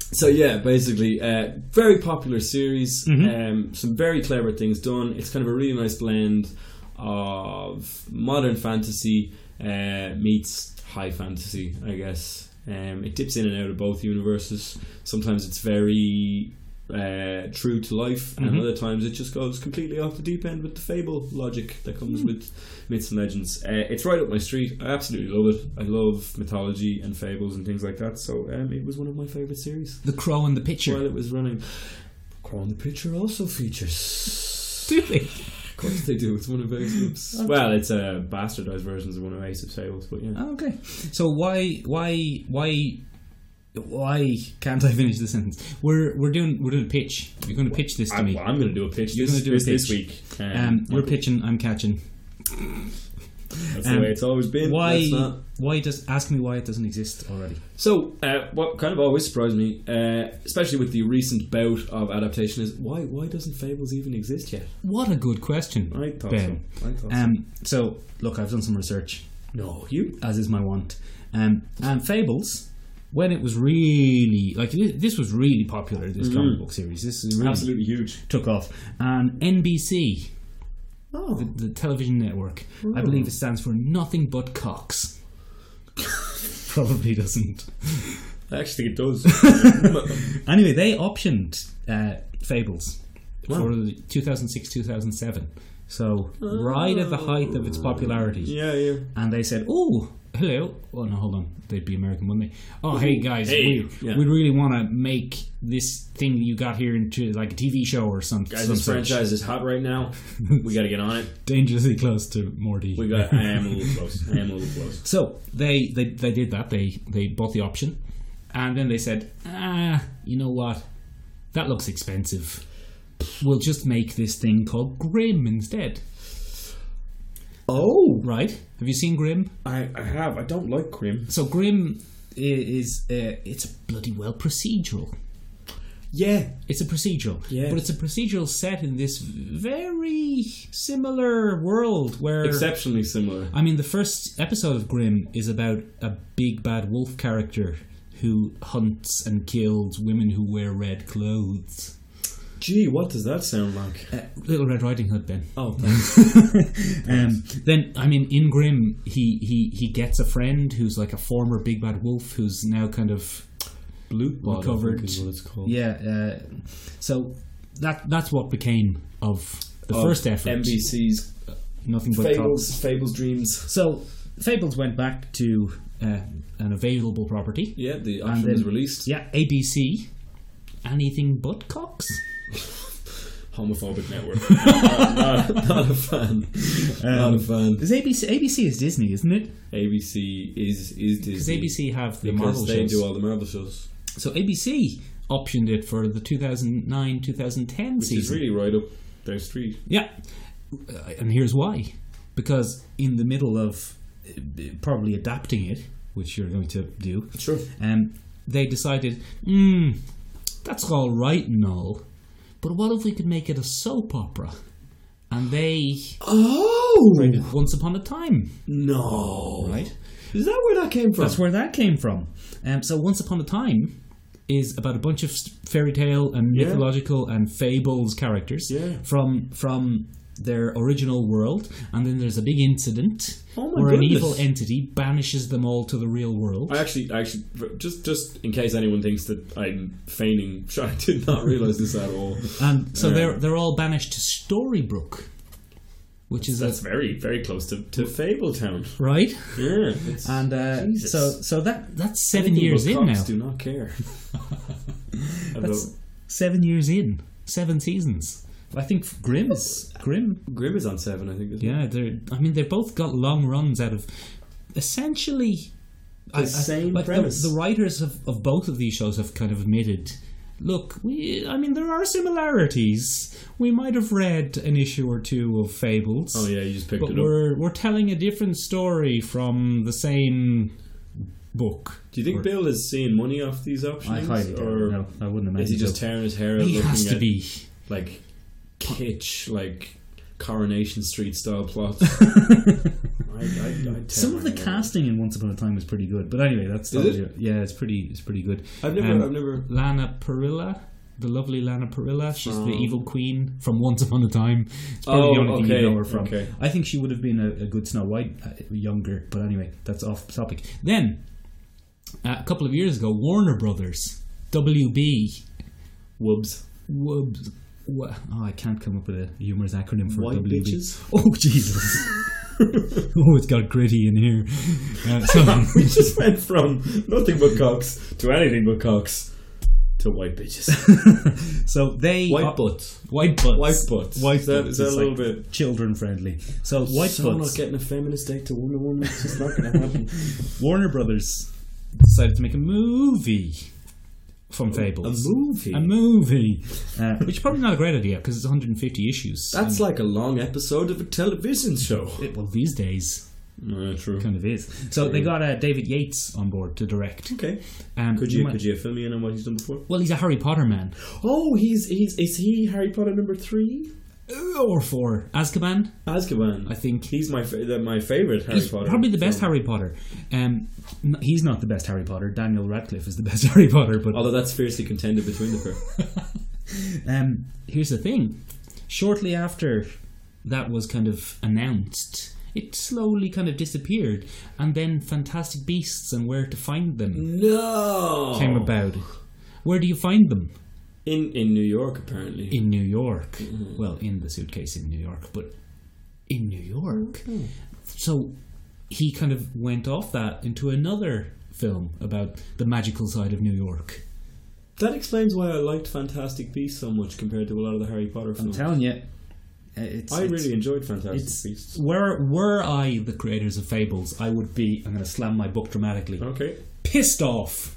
Speaker 2: so yeah, basically, uh, very popular series. Um, some very clever things done. It's kind of a really nice blend of modern fantasy uh, meets high fantasy, I guess. Um, it dips in and out of both universes. Sometimes it's very uh, true to life, and other times it just goes completely off the deep end with the fable logic that comes with myths and legends. Uh, it's right up my street. I absolutely love it. I love mythology and fables and things like that. So um, it was one of my favorite series
Speaker 1: The crow and the pitcher.
Speaker 2: while it was running. Crow on the Picture also features. [laughs]
Speaker 1: Stupid.
Speaker 2: Of course they do. It's one of Ace's. Well, it's uh, bastardized versions of one of Ace's fables, but yeah.
Speaker 1: Oh, okay. So why why why why can't I finish the sentence? We're we're doing we're doing a pitch. You're going to pitch this to
Speaker 2: I,
Speaker 1: me.
Speaker 2: well, I'm going to do a pitch.
Speaker 1: You're
Speaker 2: this,
Speaker 1: gonna do a
Speaker 2: this- this
Speaker 1: pitch.
Speaker 2: week. Um,
Speaker 1: Um, you're
Speaker 2: Michael,
Speaker 1: pitching. I'm catching.
Speaker 2: That's
Speaker 1: um,
Speaker 2: the way it's always been.
Speaker 1: Why
Speaker 2: That's not-
Speaker 1: why does ask me why it doesn't exist already?
Speaker 2: So, uh, what kind of always surprised me, uh, especially with the recent bout of adaptation, is why why doesn't Fables even exist yet?
Speaker 1: What a good question.
Speaker 2: I thought
Speaker 1: Ben.
Speaker 2: so. I thought
Speaker 1: Um, so look, I've done some research.
Speaker 2: so. No, you.
Speaker 1: as is my want. Um, and Fables, when it was really like thi- this was really popular, this comic book series. This is really
Speaker 2: Mm-hmm. Absolutely huge.
Speaker 1: took off, and NBC,
Speaker 2: Oh.
Speaker 1: the television network, I believe it stands for nothing but cocks. [laughs] Probably doesn't.
Speaker 2: I actually think it does.
Speaker 1: Anyway, they optioned uh, Fables
Speaker 2: Wow.
Speaker 1: for the 2006-2007. So right at the height of its popularity.
Speaker 2: [laughs] Oh. yeah, yeah.
Speaker 1: and they said, "Oh, hello." Oh no, hold on. They'd be American, wouldn't they? Oh, hey guys,
Speaker 2: hey.
Speaker 1: we
Speaker 2: Yeah.
Speaker 1: we really want to make this thing that you got here into like a TV show or some,
Speaker 2: Guys,
Speaker 1: some
Speaker 2: this
Speaker 1: such.
Speaker 2: franchise is hot right now. We got to get on it.
Speaker 1: dangerously close to Morty.
Speaker 2: We got. I am a little close. I am a little close.
Speaker 1: So they, they they did that. They they bought the option, and then they said, "Ah, you know what? That looks expensive. We'll just make this thing called Grimm instead."
Speaker 2: Oh,
Speaker 1: Right? Have you seen Grimm?
Speaker 2: I, I have. I don't like cream.
Speaker 1: So Grimm i- is uh, it's bloody well procedural.
Speaker 2: Yeah,
Speaker 1: It's a procedural,
Speaker 2: Yeah.
Speaker 1: but it's a procedural set in this very similar world where.
Speaker 2: exceptionally similar.
Speaker 1: I mean, the first episode of Grimm is about a big bad wolf character who hunts and kills women who wear red clothes.
Speaker 2: Gee, what does that sound like?
Speaker 1: Uh, Little Red Riding Hood, then.
Speaker 2: Oh,
Speaker 1: [laughs]
Speaker 2: [laughs]
Speaker 1: Um, then, I mean, in Grimm, he, he, he gets a friend who's like a former big bad wolf who's now kind of
Speaker 2: blue
Speaker 1: Recovered.
Speaker 2: Is what it's called.
Speaker 1: yeah. Uh, so that that's what became of the first effort.
Speaker 2: NBC's
Speaker 1: nothing but cops.
Speaker 2: Fables, Fables, Dreams.
Speaker 1: So Fables went back to uh, an available property.
Speaker 2: Yeah, the
Speaker 1: And
Speaker 2: option
Speaker 1: then-
Speaker 2: was released.
Speaker 1: Yeah, ABC. Anything but cocks.
Speaker 2: Homophobic network. [laughs] not, not- not a fan. not a fan.
Speaker 1: Is ABC ABC is Disney, isn't it?
Speaker 2: ABC is is
Speaker 1: Because
Speaker 2: Disney.
Speaker 1: ABC have the
Speaker 2: because
Speaker 1: Marvel
Speaker 2: they
Speaker 1: shows.
Speaker 2: do all the Marvel shows,
Speaker 1: So ABC optioned it for the 2009-2010
Speaker 2: which is
Speaker 1: season.
Speaker 2: really right up their street.
Speaker 1: Yeah, Uh, and here's why: because in the middle of uh, probably adapting it, which you're going to do,
Speaker 2: Sure.
Speaker 1: um, they decided, mm, that's all right and all, but what if we could make it a soap opera? And they
Speaker 2: Oh
Speaker 1: Once Upon a Time,
Speaker 2: no!
Speaker 1: right?
Speaker 2: Is that where that came from?
Speaker 1: That's where that came from. Um, so Once Upon a Time is about a bunch of s- fairy tale and
Speaker 2: Yeah.
Speaker 1: mythological and fables characters
Speaker 2: Yeah.
Speaker 1: from from their original world, and then there's a big incident
Speaker 2: Oh my
Speaker 1: where an
Speaker 2: goodness.
Speaker 1: evil entity banishes them all to the real world.
Speaker 2: I actually, I actually, just just in case anyone thinks that I'm feigning, [laughs] sure, I did not realize this at [laughs] all.
Speaker 1: and so
Speaker 2: Yeah.
Speaker 1: they're they're all banished to Storybrooke, which is
Speaker 2: That's
Speaker 1: a,
Speaker 2: very, very close to to Fabletown.
Speaker 1: right.
Speaker 2: Yeah, it's-
Speaker 1: And uh,
Speaker 2: Jesus.
Speaker 1: so so that that's seven
Speaker 2: Anything
Speaker 1: years
Speaker 2: but
Speaker 1: in
Speaker 2: cocks
Speaker 1: now.
Speaker 2: Do not
Speaker 1: [laughs]
Speaker 2: care.
Speaker 1: That's
Speaker 2: Although
Speaker 1: seven years in, seven seasons. I think Grimm is Grimm
Speaker 2: Grimm is on seven, I think. Isn't it?
Speaker 1: Yeah, they're. I mean, they both got long runs out of essentially uh,
Speaker 2: The same
Speaker 1: the-
Speaker 2: premise.
Speaker 1: The, writers of, of both of these shows have kind of admitted. Look, we, I mean, there are similarities. We might have read an issue or two of Fables,
Speaker 2: Oh yeah, you just picked
Speaker 1: but
Speaker 2: it up.
Speaker 1: we're we're telling a different story from the same book.
Speaker 2: Do you think Bill is seeing money off these options, or
Speaker 1: I wouldn't
Speaker 2: is he just tearing his hair out?
Speaker 1: he
Speaker 2: looking
Speaker 1: has to
Speaker 2: at,
Speaker 1: be.
Speaker 2: like kitsch, like Coronation Street style
Speaker 1: [laughs]
Speaker 2: plots. I, I, I
Speaker 1: Some of the casting in Once Upon a Time was pretty good, but anyway, that's
Speaker 2: Is it?
Speaker 1: yeah, it's pretty it's pretty good.
Speaker 2: I've never,
Speaker 1: um,
Speaker 2: I've never.
Speaker 1: Lana Perilla, the lovely Lana Perilla. She's
Speaker 2: From-
Speaker 1: the evil queen from Once Upon a Time. It's probably
Speaker 2: Oh,
Speaker 1: the only thing
Speaker 2: okay,
Speaker 1: you know her from.
Speaker 2: okay.
Speaker 1: I think she would have been a, a good Snow White uh, younger, but anyway, that's off topic. Then, uh, a couple of years ago, Warner Brothers, WB,
Speaker 2: Wubs.
Speaker 1: Wubs. wha- Oh, I can't come up with a humorous acronym for
Speaker 2: White
Speaker 1: WB.
Speaker 2: bitches?
Speaker 1: [laughs] Oh,
Speaker 2: [laughs]
Speaker 1: Jesus. oh, it's got gritty in here. Uh,
Speaker 2: [laughs]
Speaker 1: so,
Speaker 2: [laughs]
Speaker 1: [laughs]
Speaker 2: We just went from nothing but cocks to anything but cocks to white [laughs] bitches.
Speaker 1: so they
Speaker 2: White butts.
Speaker 1: White butts.
Speaker 2: White butts.
Speaker 1: White
Speaker 2: Is that-
Speaker 1: butts
Speaker 2: is that
Speaker 1: is
Speaker 2: a
Speaker 1: like
Speaker 2: little bit-
Speaker 1: children friendly? So white
Speaker 2: So I'm
Speaker 1: butts.
Speaker 2: not getting a feminist date to Wonder Woman. It's just not going to happen. [laughs]
Speaker 1: Warner Brothers decided to make a movie from Fables.
Speaker 2: movie.
Speaker 1: A
Speaker 2: [laughs]
Speaker 1: movie, uh, which is probably not a great idea because it's 150 issues.
Speaker 2: That's like a long episode of a television show.
Speaker 1: It- well, these days,
Speaker 2: [laughs] Yeah, true.
Speaker 1: kind of is. So they got uh, David Yates on board to direct.
Speaker 2: Okay.
Speaker 1: Um,
Speaker 2: Could you
Speaker 1: might-
Speaker 2: could you fill me in on what he's done before?
Speaker 1: Well, he's a Harry Potter man.
Speaker 2: Oh, he's he's is he Harry Potter number three?
Speaker 1: Or for Azkaban,
Speaker 2: Azkaban.
Speaker 1: I think.
Speaker 2: he's my fa- the, my favorite Harry
Speaker 1: He's
Speaker 2: Potter.
Speaker 1: probably the best
Speaker 2: film.
Speaker 1: Harry Potter. Um, n- he's not the best Harry Potter. Daniel Radcliffe is the best [laughs] Harry Potter. But
Speaker 2: Although that's fiercely contended between the pair.
Speaker 1: [laughs] Um, here's the thing. Shortly after that was kind of announced, it slowly kind of disappeared, and then Fantastic Beasts and Where to Find Them
Speaker 2: [laughs] no.
Speaker 1: came about. Where do you find them?
Speaker 2: in in New York apparently.
Speaker 1: In New York.
Speaker 2: Mm-hmm.
Speaker 1: Well, in the suitcase in New York, but in New York.
Speaker 2: Mm-hmm.
Speaker 1: So he kind of went off that into another film about the magical side of New York.
Speaker 2: that explains why I liked Fantastic Beasts so much compared to a lot of the Harry Potter films.
Speaker 1: telling you, it's,
Speaker 2: Mm-hmm. I really enjoyed Fantastic
Speaker 1: It's-
Speaker 2: Beasts.
Speaker 1: Were were I the creators of Fables, I would be. I'm going to slam my book dramatically.
Speaker 2: Okay.
Speaker 1: Pissed off.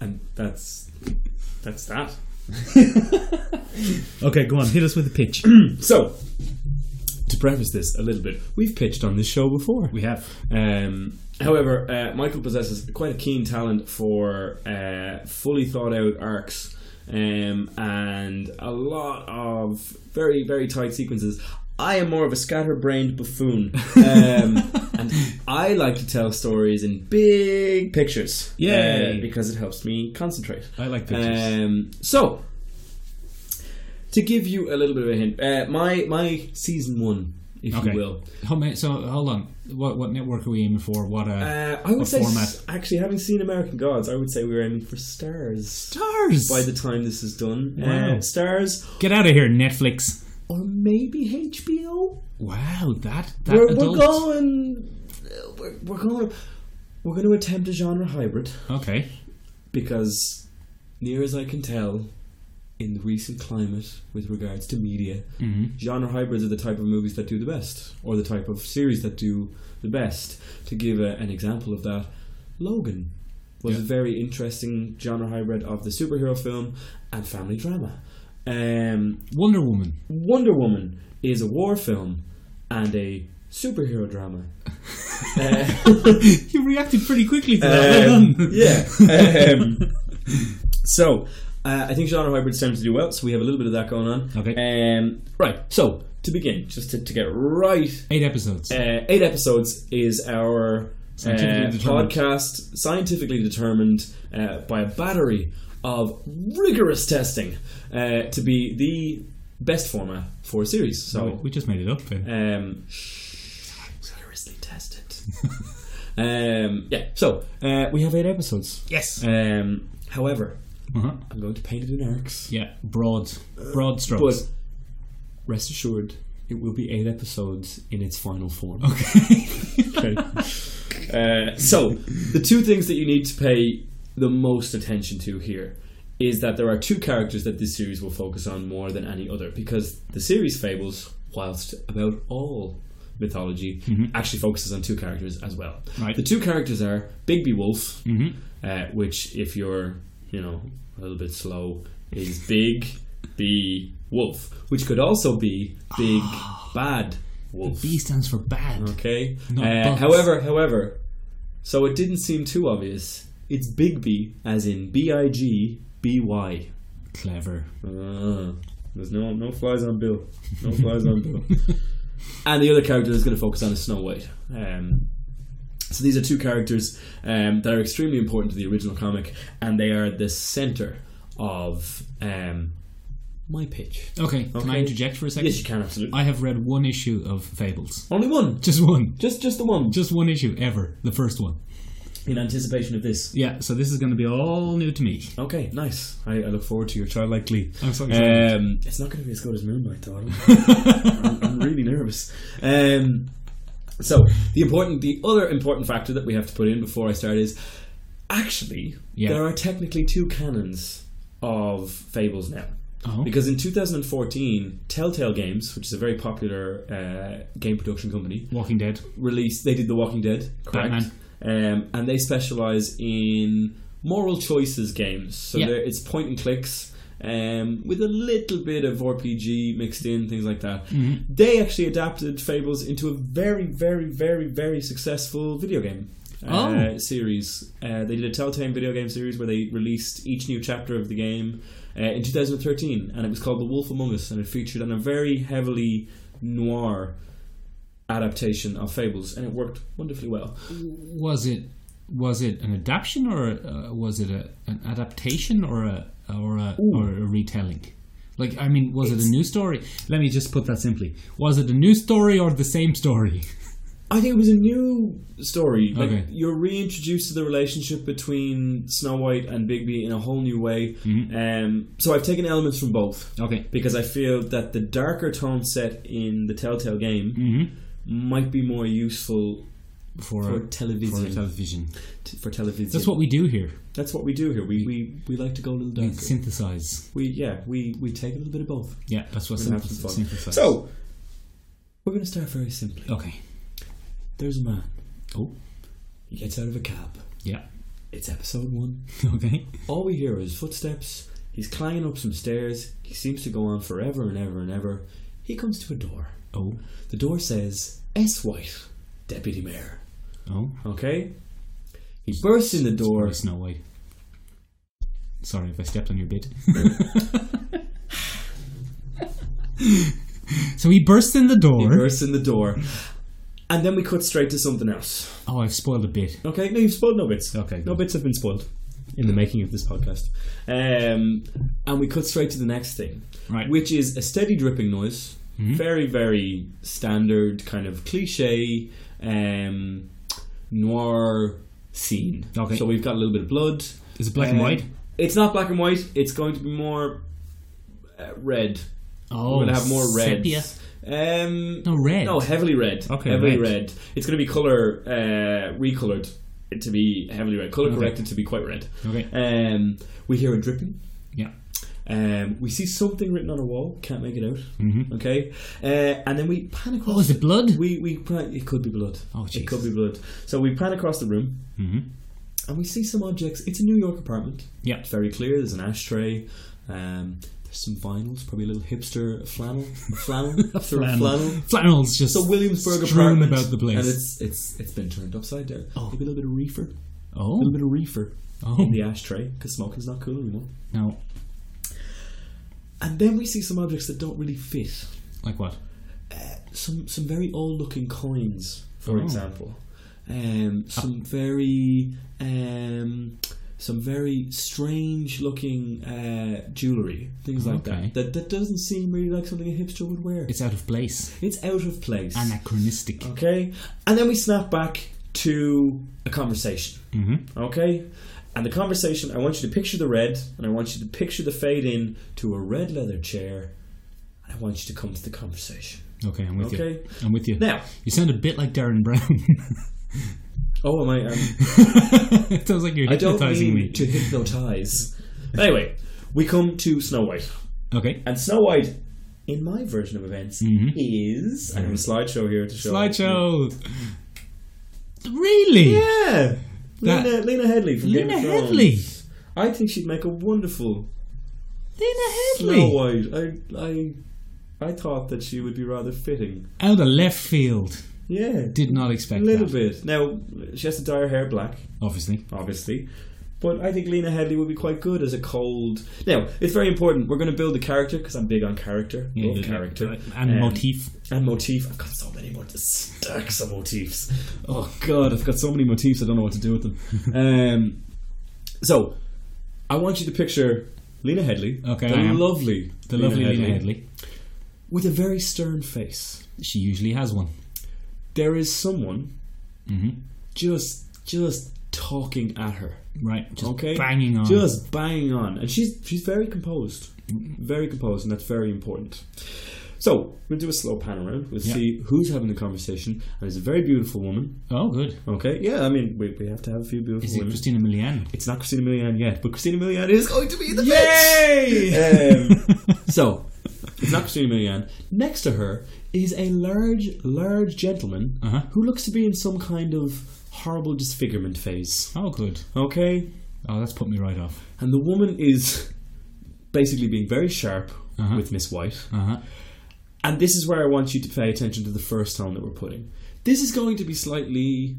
Speaker 2: And that's that's that.
Speaker 1: Okay, go on. Hit us with a [clears throat] pitch.
Speaker 2: So, to preface this a little bit, we've pitched on this show before.
Speaker 1: we have.
Speaker 2: Um, however, uh, Michael possesses quite a keen talent for uh, fully thought out arcs um, and a lot of very, very tight sequences. I am more of a scatterbrained buffoon,
Speaker 1: [laughs]
Speaker 2: um, and I like to tell stories in big pictures.
Speaker 1: Yay.
Speaker 2: uh, because it helps me concentrate.
Speaker 1: I like pictures.
Speaker 2: Um, so, to give you a little bit of a hint, uh, my my season one, if
Speaker 1: Okay.
Speaker 2: you will,
Speaker 1: How many- so hold on. What what network are we aiming for? What uh,
Speaker 2: uh, I would
Speaker 1: What
Speaker 2: say, s-
Speaker 1: format?
Speaker 2: actually, having seen American Gods, I would say we were aiming for stars
Speaker 1: stars?
Speaker 2: by the time this is done.
Speaker 1: Wow.
Speaker 2: Uh, stars,
Speaker 1: Get out of here, Netflix.
Speaker 2: or maybe HBO.
Speaker 1: Wow, that that
Speaker 2: We're, we're
Speaker 1: adult.
Speaker 2: going. We're, we're going. We're going to attempt a genre hybrid
Speaker 1: Okay.
Speaker 2: because, near as I can tell, in the recent climate with regards to media,
Speaker 1: hmm
Speaker 2: genre hybrids are the type of movies that do the best, or the type of series that do the best. To give a, an example of that, Logan was a
Speaker 1: Yeah.
Speaker 2: very interesting genre hybrid of the superhero film and family drama. Um,
Speaker 1: Wonder
Speaker 2: [laughs]
Speaker 1: Woman.
Speaker 2: Wonder Woman is a war film and a superhero drama. Uh,
Speaker 1: you reacted pretty quickly to that.
Speaker 2: um,
Speaker 1: Well done.
Speaker 2: [laughs]
Speaker 1: [laughs]
Speaker 2: yeah. Um, [laughs] so, uh, I think genre hybrids tend to do well, so we have a little bit of that going on.
Speaker 1: Okay.
Speaker 2: Um, right, so, to begin, just to, to get right
Speaker 1: Eight episodes.
Speaker 2: uh, eight episodes is our uh,
Speaker 1: Scientifically determined.
Speaker 2: podcast, scientifically determined uh, by a battery of rigorous testing uh, to be the best format for a series.
Speaker 1: We-
Speaker 2: So,
Speaker 1: Oh, we just made it up. Then.
Speaker 2: um, rigorously tested.
Speaker 1: [laughs]
Speaker 2: um, yeah, so uh, we have eight episodes.
Speaker 1: yes.
Speaker 2: Um, however,
Speaker 1: uh-huh.
Speaker 2: I'm going to paint it in arcs,
Speaker 1: Yeah. Broad, broad strokes.
Speaker 2: but rest assured, it will be eight episodes in its final form. [laughs]
Speaker 1: okay.
Speaker 2: Uh, so the two things that you need to pay the most attention to here is that there are two characters that this series will focus on more than any other because the series fables whilst about all mythology actually focuses on two characters as well
Speaker 1: Right.
Speaker 2: the two characters are bigby wolf
Speaker 1: hmm
Speaker 2: uh, which if you're you know a little bit slow is big b wolf which could also be big bad wolf
Speaker 1: B stands for bad.
Speaker 2: Okay.
Speaker 1: Not
Speaker 2: Uh,
Speaker 1: bugs.
Speaker 2: however, however, so it didn't seem too obvious. It's Bigby, as in B I G B Y.
Speaker 1: Clever.
Speaker 2: Ah, There's no no flies on Bill. No flies
Speaker 1: [laughs]
Speaker 2: on Bill. And the other character that's going to focus on is Snow White. Um, so these are two characters um, that are extremely important to the original comic, and they are the center of um, my pitch.
Speaker 1: Okay. Can I
Speaker 2: Okay.
Speaker 1: interject for a second?
Speaker 2: Yes, you can absolutely.
Speaker 1: I have read one issue of Fables. [laughs]
Speaker 2: Only one.
Speaker 1: Just one.
Speaker 2: Just just the one.
Speaker 1: Just one issue ever. The first one.
Speaker 2: in anticipation of this.
Speaker 1: Yeah. So this is going to be all new to me.
Speaker 2: Okay, nice. I, I look forward to your childlike glee.
Speaker 1: I'm so excited.
Speaker 2: Um, it's not going to be as good as Moonlight, though. I [laughs] don't- [laughs] I'm, I'm really nervous. Um, so the important, the other important factor that we have to put in before I start is actually
Speaker 1: Yeah.
Speaker 2: there are technically two canons of fables now.
Speaker 1: Oh.
Speaker 2: Because in 2014, Telltale Games, which is a very popular uh, game production company,
Speaker 1: Walking Dead.
Speaker 2: released. They did The Walking Dead, correct? Um, and they specialize in moral choices games. So
Speaker 1: Yeah.
Speaker 2: they're it's point and clicks um, with a little bit of RPG mixed in, things like that. They actually adapted Fables into a very, very, very, very successful video game. Uh, series. Uh, they did a Telltale video game series where they released each new chapter of the game uh, in 2013, and it was called The Wolf Among Us, and it featured on a very heavily noir adaptation of Fables, and it worked wonderfully well.
Speaker 1: Was it? Was it an adaptation or uh, was it a, an adaptation or a or a, or a retelling? Like, I mean, was it a new story? Let me just put that simply. Was it a new story or the same
Speaker 2: [laughs]
Speaker 1: story?
Speaker 2: I think it was a new story. Like
Speaker 1: Okay.
Speaker 2: you're reintroduced to the relationship between Snow White and Bigby in a whole new way.
Speaker 1: Mm-hmm.
Speaker 2: Um, so I've taken elements from both
Speaker 1: Okay.
Speaker 2: because I feel that the darker tone set in the Telltale game
Speaker 1: Mm-hmm.
Speaker 2: might be more useful
Speaker 1: For,
Speaker 2: for
Speaker 1: for
Speaker 2: television. For,
Speaker 1: television.
Speaker 2: television.
Speaker 1: That's what we do here.
Speaker 2: That's what we do here. We we, we like to go a little
Speaker 1: We
Speaker 2: darker.
Speaker 1: synthesize.
Speaker 2: we yeah we we take a little bit of both.
Speaker 1: Yeah, that's what
Speaker 2: We're gonna have some
Speaker 1: synthesis,
Speaker 2: fun.
Speaker 1: synthesize.
Speaker 2: So we're going to start very simply.
Speaker 1: Okay.
Speaker 2: There's a man.
Speaker 1: Oh.
Speaker 2: He gets out of a cab.
Speaker 1: Yeah. [laughs]
Speaker 2: It's episode one.
Speaker 1: Okay.
Speaker 2: All we hear are his footsteps. He's climbing up some stairs. He seems to go on forever and ever and ever. He comes to a door.
Speaker 1: Oh.
Speaker 2: The door says, S. White, Deputy Mayor.
Speaker 1: Oh.
Speaker 2: Okay? He bursts in the door.
Speaker 1: Or Snow White. Sorry if I stepped on your bit. [laughs] so he bursts in the
Speaker 2: He
Speaker 1: door.
Speaker 2: bursts in the door. And then we cut straight to something else.
Speaker 1: oh, I've spoiled a bit.
Speaker 2: Okay? No, you've spoiled no bits.
Speaker 1: Okay,
Speaker 2: No
Speaker 1: good.
Speaker 2: bits have been spoiled in the making of this podcast. Um, and we cut straight to the next thing.
Speaker 1: Right. Mm-hmm.
Speaker 2: which is a steady dripping noise, very very standard kind of cliche um, noir scene.
Speaker 1: Okay.
Speaker 2: So we've got a little bit of blood.
Speaker 1: Is it black and
Speaker 2: Um,
Speaker 1: white?
Speaker 2: It's not black and white. It's going to be more uh, red.
Speaker 1: Oh,
Speaker 2: We're going to have more red.
Speaker 1: sepia.
Speaker 2: Um,
Speaker 1: No red.
Speaker 2: no, heavily red.
Speaker 1: Okay,
Speaker 2: heavily
Speaker 1: red.
Speaker 2: red. It's going to be color uh, recolored to be heavily red, color
Speaker 1: Okay.
Speaker 2: corrected to be quite red.
Speaker 1: Okay.
Speaker 2: Um, we hear a dripping.
Speaker 1: Yeah.
Speaker 2: Um, we see something written on a wall. Can't make it out.
Speaker 1: Mhm.
Speaker 2: Okay. Uh, and then we pan across.
Speaker 1: Oh, is it blood?
Speaker 2: We we pan- it could be blood.
Speaker 1: Oh,
Speaker 2: it could
Speaker 1: Jesus.
Speaker 2: be blood. So we pan across the room
Speaker 1: Mhm.
Speaker 2: and we see some objects. It's a New York apartment.
Speaker 1: Yeah.
Speaker 2: It's very clear. There's an ashtray. Um, there's some vinyls. Probably a little hipster flannel.
Speaker 1: [laughs]
Speaker 2: Flannel. sort of flannel.
Speaker 1: Flannel's just
Speaker 2: So Williamsburg
Speaker 1: strewn
Speaker 2: apartment,
Speaker 1: about the place.
Speaker 2: and it's it's it's been turned upside down.
Speaker 1: Oh.
Speaker 2: Maybe a little bit of reefer, a little
Speaker 1: oh,
Speaker 2: bit of reefer in
Speaker 1: oh,
Speaker 2: the ashtray because smoking's not cool anymore.
Speaker 1: no,
Speaker 2: And then we see some objects that don't really fit.
Speaker 1: like what?
Speaker 2: Some some very old looking coins, for
Speaker 1: Oh.
Speaker 2: example. Um, some very um, some very strange looking uh, jewelry, things like
Speaker 1: Okay.
Speaker 2: that. That that doesn't seem really like something a hipster would wear. It's,
Speaker 1: It's out of place,
Speaker 2: out of place.
Speaker 1: anachronistic.
Speaker 2: Okay, and then we snap back to a conversation.
Speaker 1: hmm
Speaker 2: Okay? And the conversation, I want you to picture the red, and I want you to picture the fade in to a red leather chair, and I want you to come to the conversation.
Speaker 1: Okay, I'm with you.
Speaker 2: Okay?
Speaker 1: I'm with you.
Speaker 2: Now,
Speaker 1: you sound a bit like Darren Brown. [laughs]
Speaker 2: oh, am I? Um,
Speaker 1: it sounds like you're
Speaker 2: I don't
Speaker 1: hypnotizing
Speaker 2: mean
Speaker 1: me.
Speaker 2: to hypnotize. anyway, we come to Snow White.
Speaker 1: Okay,
Speaker 2: And Snow White, in my version of events,
Speaker 1: Mhm.
Speaker 2: is. I have a slideshow here to show.
Speaker 1: Mm-hmm. slideshow. Really?
Speaker 2: Yeah!
Speaker 1: That-
Speaker 2: Lena, Lena Headley from Game
Speaker 1: Lena
Speaker 2: of Thrones.
Speaker 1: Headey.
Speaker 2: I think she'd make a wonderful
Speaker 1: Lena
Speaker 2: Snow
Speaker 1: Headley
Speaker 2: White. I, I, I thought that she would be rather fitting.
Speaker 1: out of left field.
Speaker 2: Yeah,
Speaker 1: Did not
Speaker 2: a
Speaker 1: expect
Speaker 2: little
Speaker 1: that.
Speaker 2: bit. Now she has to dye her hair black,
Speaker 1: Obviously,
Speaker 2: obviously. But I think Lena Headley would be quite good as a cold. Now it's very important. We're going to build a character because I'm big on character,
Speaker 1: Yeah,
Speaker 2: love
Speaker 1: yeah,
Speaker 2: character
Speaker 1: and
Speaker 2: Um,
Speaker 1: motif.
Speaker 2: and motif. I've got so many more stacks of motifs. Oh god, I've got so many motifs. I don't know what to do with them.
Speaker 1: [laughs]
Speaker 2: um, so I want you to picture Lena Headley,
Speaker 1: Okay,
Speaker 2: the
Speaker 1: I am.
Speaker 2: lovely,
Speaker 1: The lovely Lena Headley.
Speaker 2: with a very stern face.
Speaker 1: She usually has one.
Speaker 2: There is someone
Speaker 1: Mhm.
Speaker 2: just just talking at her.
Speaker 1: Right, just
Speaker 2: okay,
Speaker 1: banging on.
Speaker 2: just banging on, and she's she's very composed, very composed, and that's very important. So we'll do a slow pan around. We'll
Speaker 1: Yeah.
Speaker 2: see who's having the conversation, and it's a very beautiful woman.
Speaker 1: oh, good.
Speaker 2: Okay, yeah, I mean we, we have to have a few beautiful
Speaker 1: Is it
Speaker 2: women.
Speaker 1: Christina Milian?
Speaker 2: it's not Christina Milian yet, but Christina Milian is going to be in the
Speaker 1: Yay!
Speaker 2: mix.
Speaker 1: [laughs]
Speaker 2: Um, so it's not Christina Milian. Next to her is a large, large gentleman
Speaker 1: Uh-huh.
Speaker 2: who looks to be in some kind of horrible disfigurement phase.
Speaker 1: Oh, good.
Speaker 2: Okay,
Speaker 1: Oh, that's put me right off.
Speaker 2: and the woman is basically being very sharp
Speaker 1: Uh-huh.
Speaker 2: with Miss White.
Speaker 1: Uh huh.
Speaker 2: And this is where I want you to pay attention to the first tone that we're putting. This is going to be slightly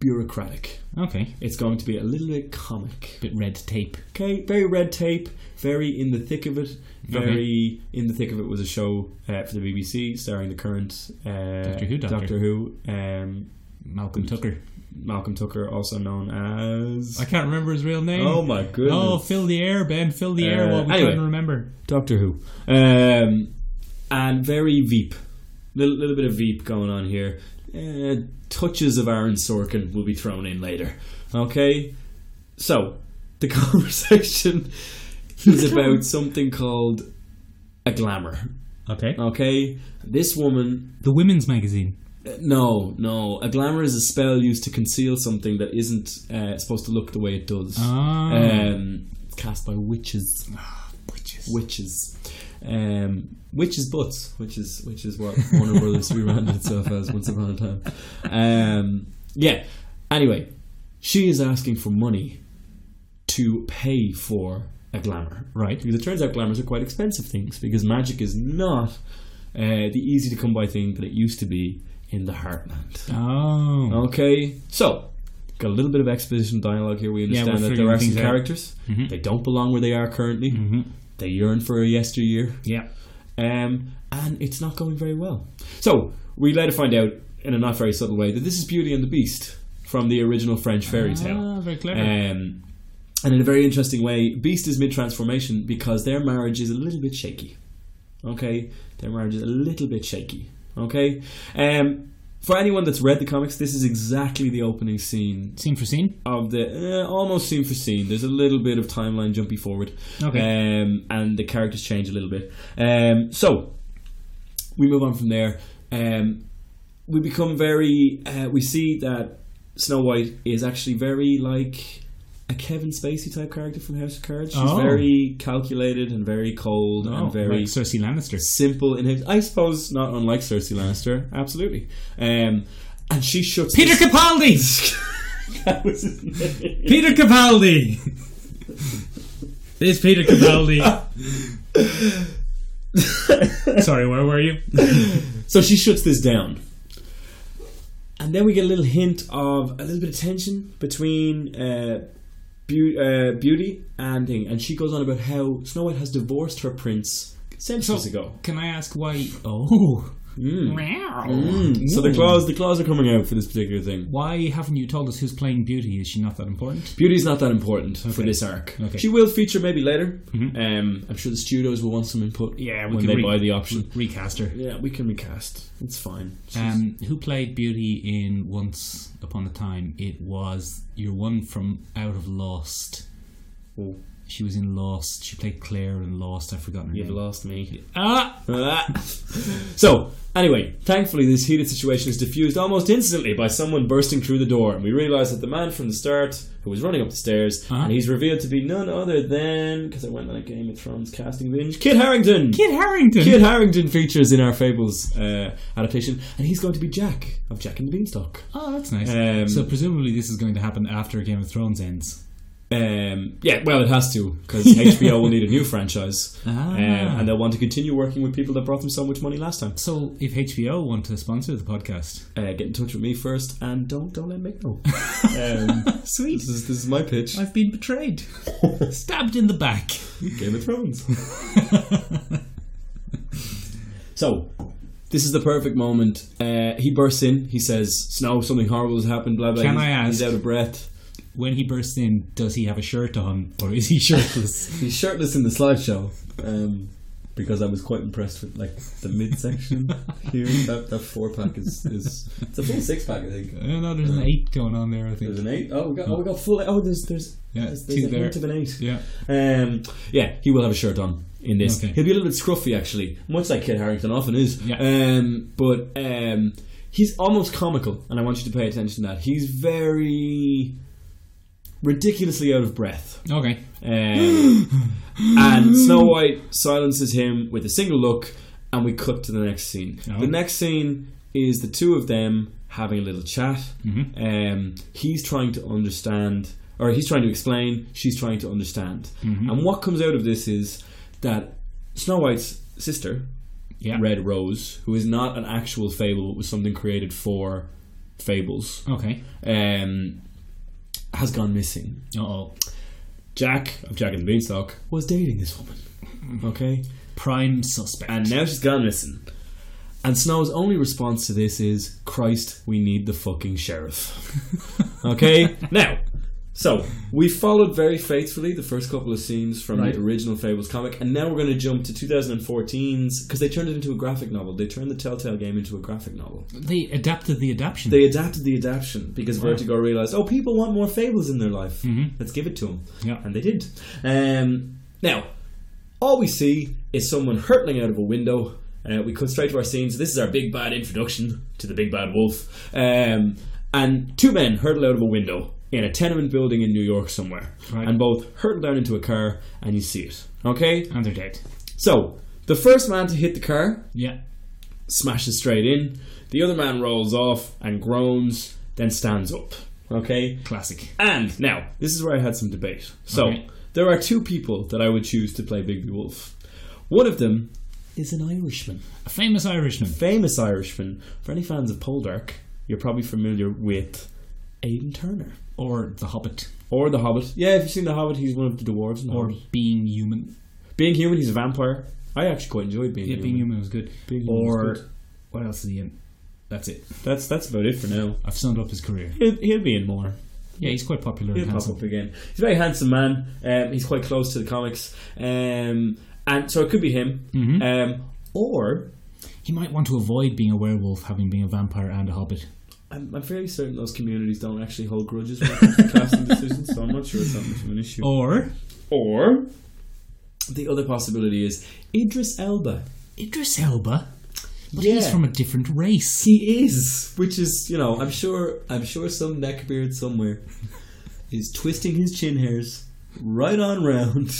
Speaker 2: bureaucratic.
Speaker 1: Okay.
Speaker 2: It's going to be a little bit comic.
Speaker 1: Bit red tape.
Speaker 2: Okay, very red tape, very in the thick of it. Very in the thick of it was a show uh, for the BBC starring the current uh,
Speaker 1: Doctor Who doctor.
Speaker 2: Doctor Who, um,
Speaker 1: Malcolm Tucker.
Speaker 2: Malcolm Tucker, also known as
Speaker 1: I can't remember his real name.
Speaker 2: oh my goodness,
Speaker 1: Oh, fill the air, Ben. Fill the air
Speaker 2: Uh,
Speaker 1: while we
Speaker 2: anyway.
Speaker 1: try and remember.
Speaker 2: Doctor Who, um, and very Veep. Little, little bit of Veep going on here. Uh, touches of Aaron Sorkin will be thrown in later. Okay, so the [laughs] conversation is about something called a glamour.
Speaker 1: Okay.
Speaker 2: Okay, this woman.
Speaker 1: The women's magazine.
Speaker 2: uh, No, no. A glamour is a spell used to conceal something that isn't uh, supposed to look the way it does.
Speaker 1: Ah.
Speaker 2: Um, cast by witches
Speaker 1: Witches.
Speaker 2: witches. Um, witches butts, which is which is what Warner Brothers rebranded itself as once upon a time. Um, yeah. Anyway, she is asking for money to pay for a glamour,
Speaker 1: Right.
Speaker 2: Because it turns out glamours are quite expensive things because magic is not uh, the easy to come by thing that it used to be in the heartland.
Speaker 1: Oh.
Speaker 2: Okay, so got a little bit of exposition dialogue here. We
Speaker 1: we're
Speaker 2: understand that there
Speaker 1: figuring
Speaker 2: are some
Speaker 1: things out. Mm-hmm.
Speaker 2: characters. They don't belong where they are currently. They yearn for a yesteryear,
Speaker 1: Yeah.
Speaker 2: um, and it's not going very well. So we later find out, in a not very subtle way, that this is Beauty and the Beast from the original French fairy tale.
Speaker 1: Ah, very clever.
Speaker 2: Um, and in a very interesting way, Beast is mid transformation because their marriage is a little bit shaky. Okay? Their marriage is a little bit shaky. Okay? Um, for anyone that's read the comics, this is exactly the opening scene
Speaker 1: scene for scene.
Speaker 2: of the uh, almost scene for scene. There's a little bit of timeline jumpy forward.
Speaker 1: Okay.
Speaker 2: Um, and the characters change a little bit. Um, so we move on from there. Um, we become very. Uh, we see that Snow White is actually very like a Kevin Spacey type character from House of Cards. She's
Speaker 1: Oh.
Speaker 2: very calculated and very cold
Speaker 1: Oh,
Speaker 2: and very
Speaker 1: like Cersei Lannister.
Speaker 2: simple in his. I suppose not unlike Cersei Lannister, absolutely. Um, and she shuts
Speaker 1: Peter
Speaker 2: this-
Speaker 1: Capaldi! [laughs]
Speaker 2: that was his name.
Speaker 1: Peter Capaldi! This Peter [laughs] Capaldi. Sorry, where were you?
Speaker 2: So she shuts this down. And then we get a little hint of a little bit of tension between uh, Beau- uh, Beauty and Thing. And she goes on about how Snow White has divorced her prince centuries
Speaker 1: So-
Speaker 2: ago.
Speaker 1: Can I ask why? Oh,
Speaker 2: Mm.
Speaker 1: meow.
Speaker 2: Mm. So the claws, the claws are coming out for this particular thing.
Speaker 1: Why haven't you told us who's playing Beauty? Is she not that important?
Speaker 2: Beauty's not that important for
Speaker 1: Okay.
Speaker 2: this arc.
Speaker 1: Okay.
Speaker 2: She will feature maybe later.
Speaker 1: Mhm.
Speaker 2: Um, I'm sure the studios will want some input
Speaker 1: Yeah, we can
Speaker 2: when they
Speaker 1: re-
Speaker 2: buy the option.
Speaker 1: Recast her.
Speaker 2: Yeah, we can recast. It's fine.
Speaker 1: Um, who played Beauty in Once Upon a Time? It was your one from Out of Lost.
Speaker 2: Oh.
Speaker 1: She was in Lost. She played Claire in Lost. I've forgotten her
Speaker 2: You've
Speaker 1: name.
Speaker 2: lost me.
Speaker 1: Ah,
Speaker 2: [laughs] so, anyway, thankfully this heated situation is diffused almost instantly by someone bursting through the door, and we realise that the man from the start, who was running up the stairs,
Speaker 1: Uh-huh.
Speaker 2: and he's revealed to be none other than, because I went on a Game of Thrones casting binge, Kit Harrington!
Speaker 1: Kid Harrington.
Speaker 2: Kit Harrington features in our Fables uh, adaptation, and he's going to be Jack of Jack and the Beanstalk.
Speaker 1: Oh, that's nice.
Speaker 2: Um,
Speaker 1: so presumably this is going to happen after Game of Thrones ends.
Speaker 2: Um, yeah, well, it has to
Speaker 1: [laughs]
Speaker 2: because HBO will need a new franchise,
Speaker 1: Ah.
Speaker 2: um, and they'll want to continue working with people that brought them so much money last time.
Speaker 1: So if HBO want to sponsor the podcast,
Speaker 2: uh, get in touch with me first and don't don't let
Speaker 1: [laughs]
Speaker 2: Mick know. um,
Speaker 1: sweet.
Speaker 2: this is this is my pitch.
Speaker 1: I've been betrayed, stabbed in the back. [laughs]
Speaker 2: Game of Thrones. so this is the perfect moment. Uh, he bursts in. He says, "Snow, something horrible has happened." Blah blah.
Speaker 1: Can
Speaker 2: he's,
Speaker 1: I ask-
Speaker 2: He's out of breath.
Speaker 1: When he bursts in, does he have a shirt on or is he
Speaker 2: [laughs]
Speaker 1: shirtless?
Speaker 2: He's shirtless in the slideshow. Um, because I was quite impressed with like the
Speaker 1: [laughs]
Speaker 2: midsection here. That, that four pack is, is it's a full six pack, I think.
Speaker 1: I don't know. Uh, There's an eight going on there. I
Speaker 2: There's
Speaker 1: think.
Speaker 2: an eight. Oh, we got oh we got full. Oh, there's there's
Speaker 1: Yeah,
Speaker 2: there's,
Speaker 1: two
Speaker 2: there's a
Speaker 1: there.
Speaker 2: hint of an eight.
Speaker 1: Yeah.
Speaker 2: Um, yeah, he will have a shirt on in this.
Speaker 1: Okay.
Speaker 2: He'll be a little bit scruffy, actually, much like Kid Harrington often is.
Speaker 1: Yeah.
Speaker 2: Um, but um, he's almost comical, and I want you to pay attention to that. He's very ridiculously out of breath.
Speaker 1: Okay.
Speaker 2: Um, and Snow White silences him with a single look, and we cut to the next scene.
Speaker 1: Oh.
Speaker 2: The next scene is the two of them having a little chat. Um, he's trying to understand, or he's trying to explain, she's trying to understand. And what comes out of this is that Snow White's sister,
Speaker 1: Yeah.
Speaker 2: Red Rose, who is not an actual fable, but was something created for fables,
Speaker 1: Okay.
Speaker 2: um, has gone missing.
Speaker 1: Uh oh.
Speaker 2: Jack of Jack and the Beanstalk was dating this woman. Okay?
Speaker 1: Prime suspect.
Speaker 2: And
Speaker 1: [laughs]
Speaker 2: now she's gone missing. And Snow's only response to this is Christ, we need the fucking sheriff. [laughs] okay? now, so we followed very faithfully the first couple of scenes from
Speaker 1: Right.
Speaker 2: the original Fables comic, and now we're going to jump to 2014's because they turned it into a graphic novel. They turned the Telltale game into a graphic novel.
Speaker 1: they adapted the adaptation.
Speaker 2: They adapted the adaptation because Vertigo realized, oh, people want more fables in their life. Let's give it to them.
Speaker 1: Mm-hmm. Yeah.
Speaker 2: And they did. Um, now, all we see is someone hurtling out of a window. Uh, we cut straight to our scenes. This is our big bad introduction to the big bad wolf. Um, and two men hurtle out of a window in a tenement building in New York somewhere.
Speaker 1: Right.
Speaker 2: And both hurtle down into a car, and you see it. Okay?
Speaker 1: and they're dead.
Speaker 2: So, the first man to hit the car
Speaker 1: Yeah.
Speaker 2: smashes straight in. The other man rolls off and groans, then stands up. Okay?
Speaker 1: Classic.
Speaker 2: And now, this is where I had some debate. So,
Speaker 1: Okay.
Speaker 2: there are two people that I would choose to play Bigby Wolf. One of them is an Irishman,
Speaker 1: A famous Irishman.
Speaker 2: famous Irishman. For any fans of Poldark, you're probably familiar with Aidan Turner.
Speaker 1: Or the Hobbit.
Speaker 2: Or The Hobbit. Yeah, if you've seen The Hobbit, he's one of the dwarves. In the
Speaker 1: Or
Speaker 2: Hobbit.
Speaker 1: being human.
Speaker 2: Being human, he's a vampire. I actually quite enjoyed being,
Speaker 1: Yeah,
Speaker 2: human.
Speaker 1: being human was good.
Speaker 2: Being Human was
Speaker 1: or
Speaker 2: good.
Speaker 1: what else is he in? That's it.
Speaker 2: That's that's about it for now.
Speaker 1: I've summed up his career.
Speaker 2: He'll, he'll be in more.
Speaker 1: Yeah, he's quite popular and
Speaker 2: He'll pop
Speaker 1: handsome.
Speaker 2: up again. He's a very handsome man. Um, he's quite close to the comics, um, and so it could be him. Um, or
Speaker 1: He might want to avoid being a werewolf, having been a vampire and a hobbit.
Speaker 2: I'm, I'm fairly certain those communities don't actually hold grudges when it comes to casting decisions, so I'm not sure it's that much of an issue.
Speaker 1: Or
Speaker 2: Or the other possibility is Idris Elba.
Speaker 1: Idris Elba. But
Speaker 2: yeah.
Speaker 1: he's from a different race.
Speaker 2: He is, which is you know, I'm sure, I'm sure some neckbeard somewhere is twisting his chin hairs right on round,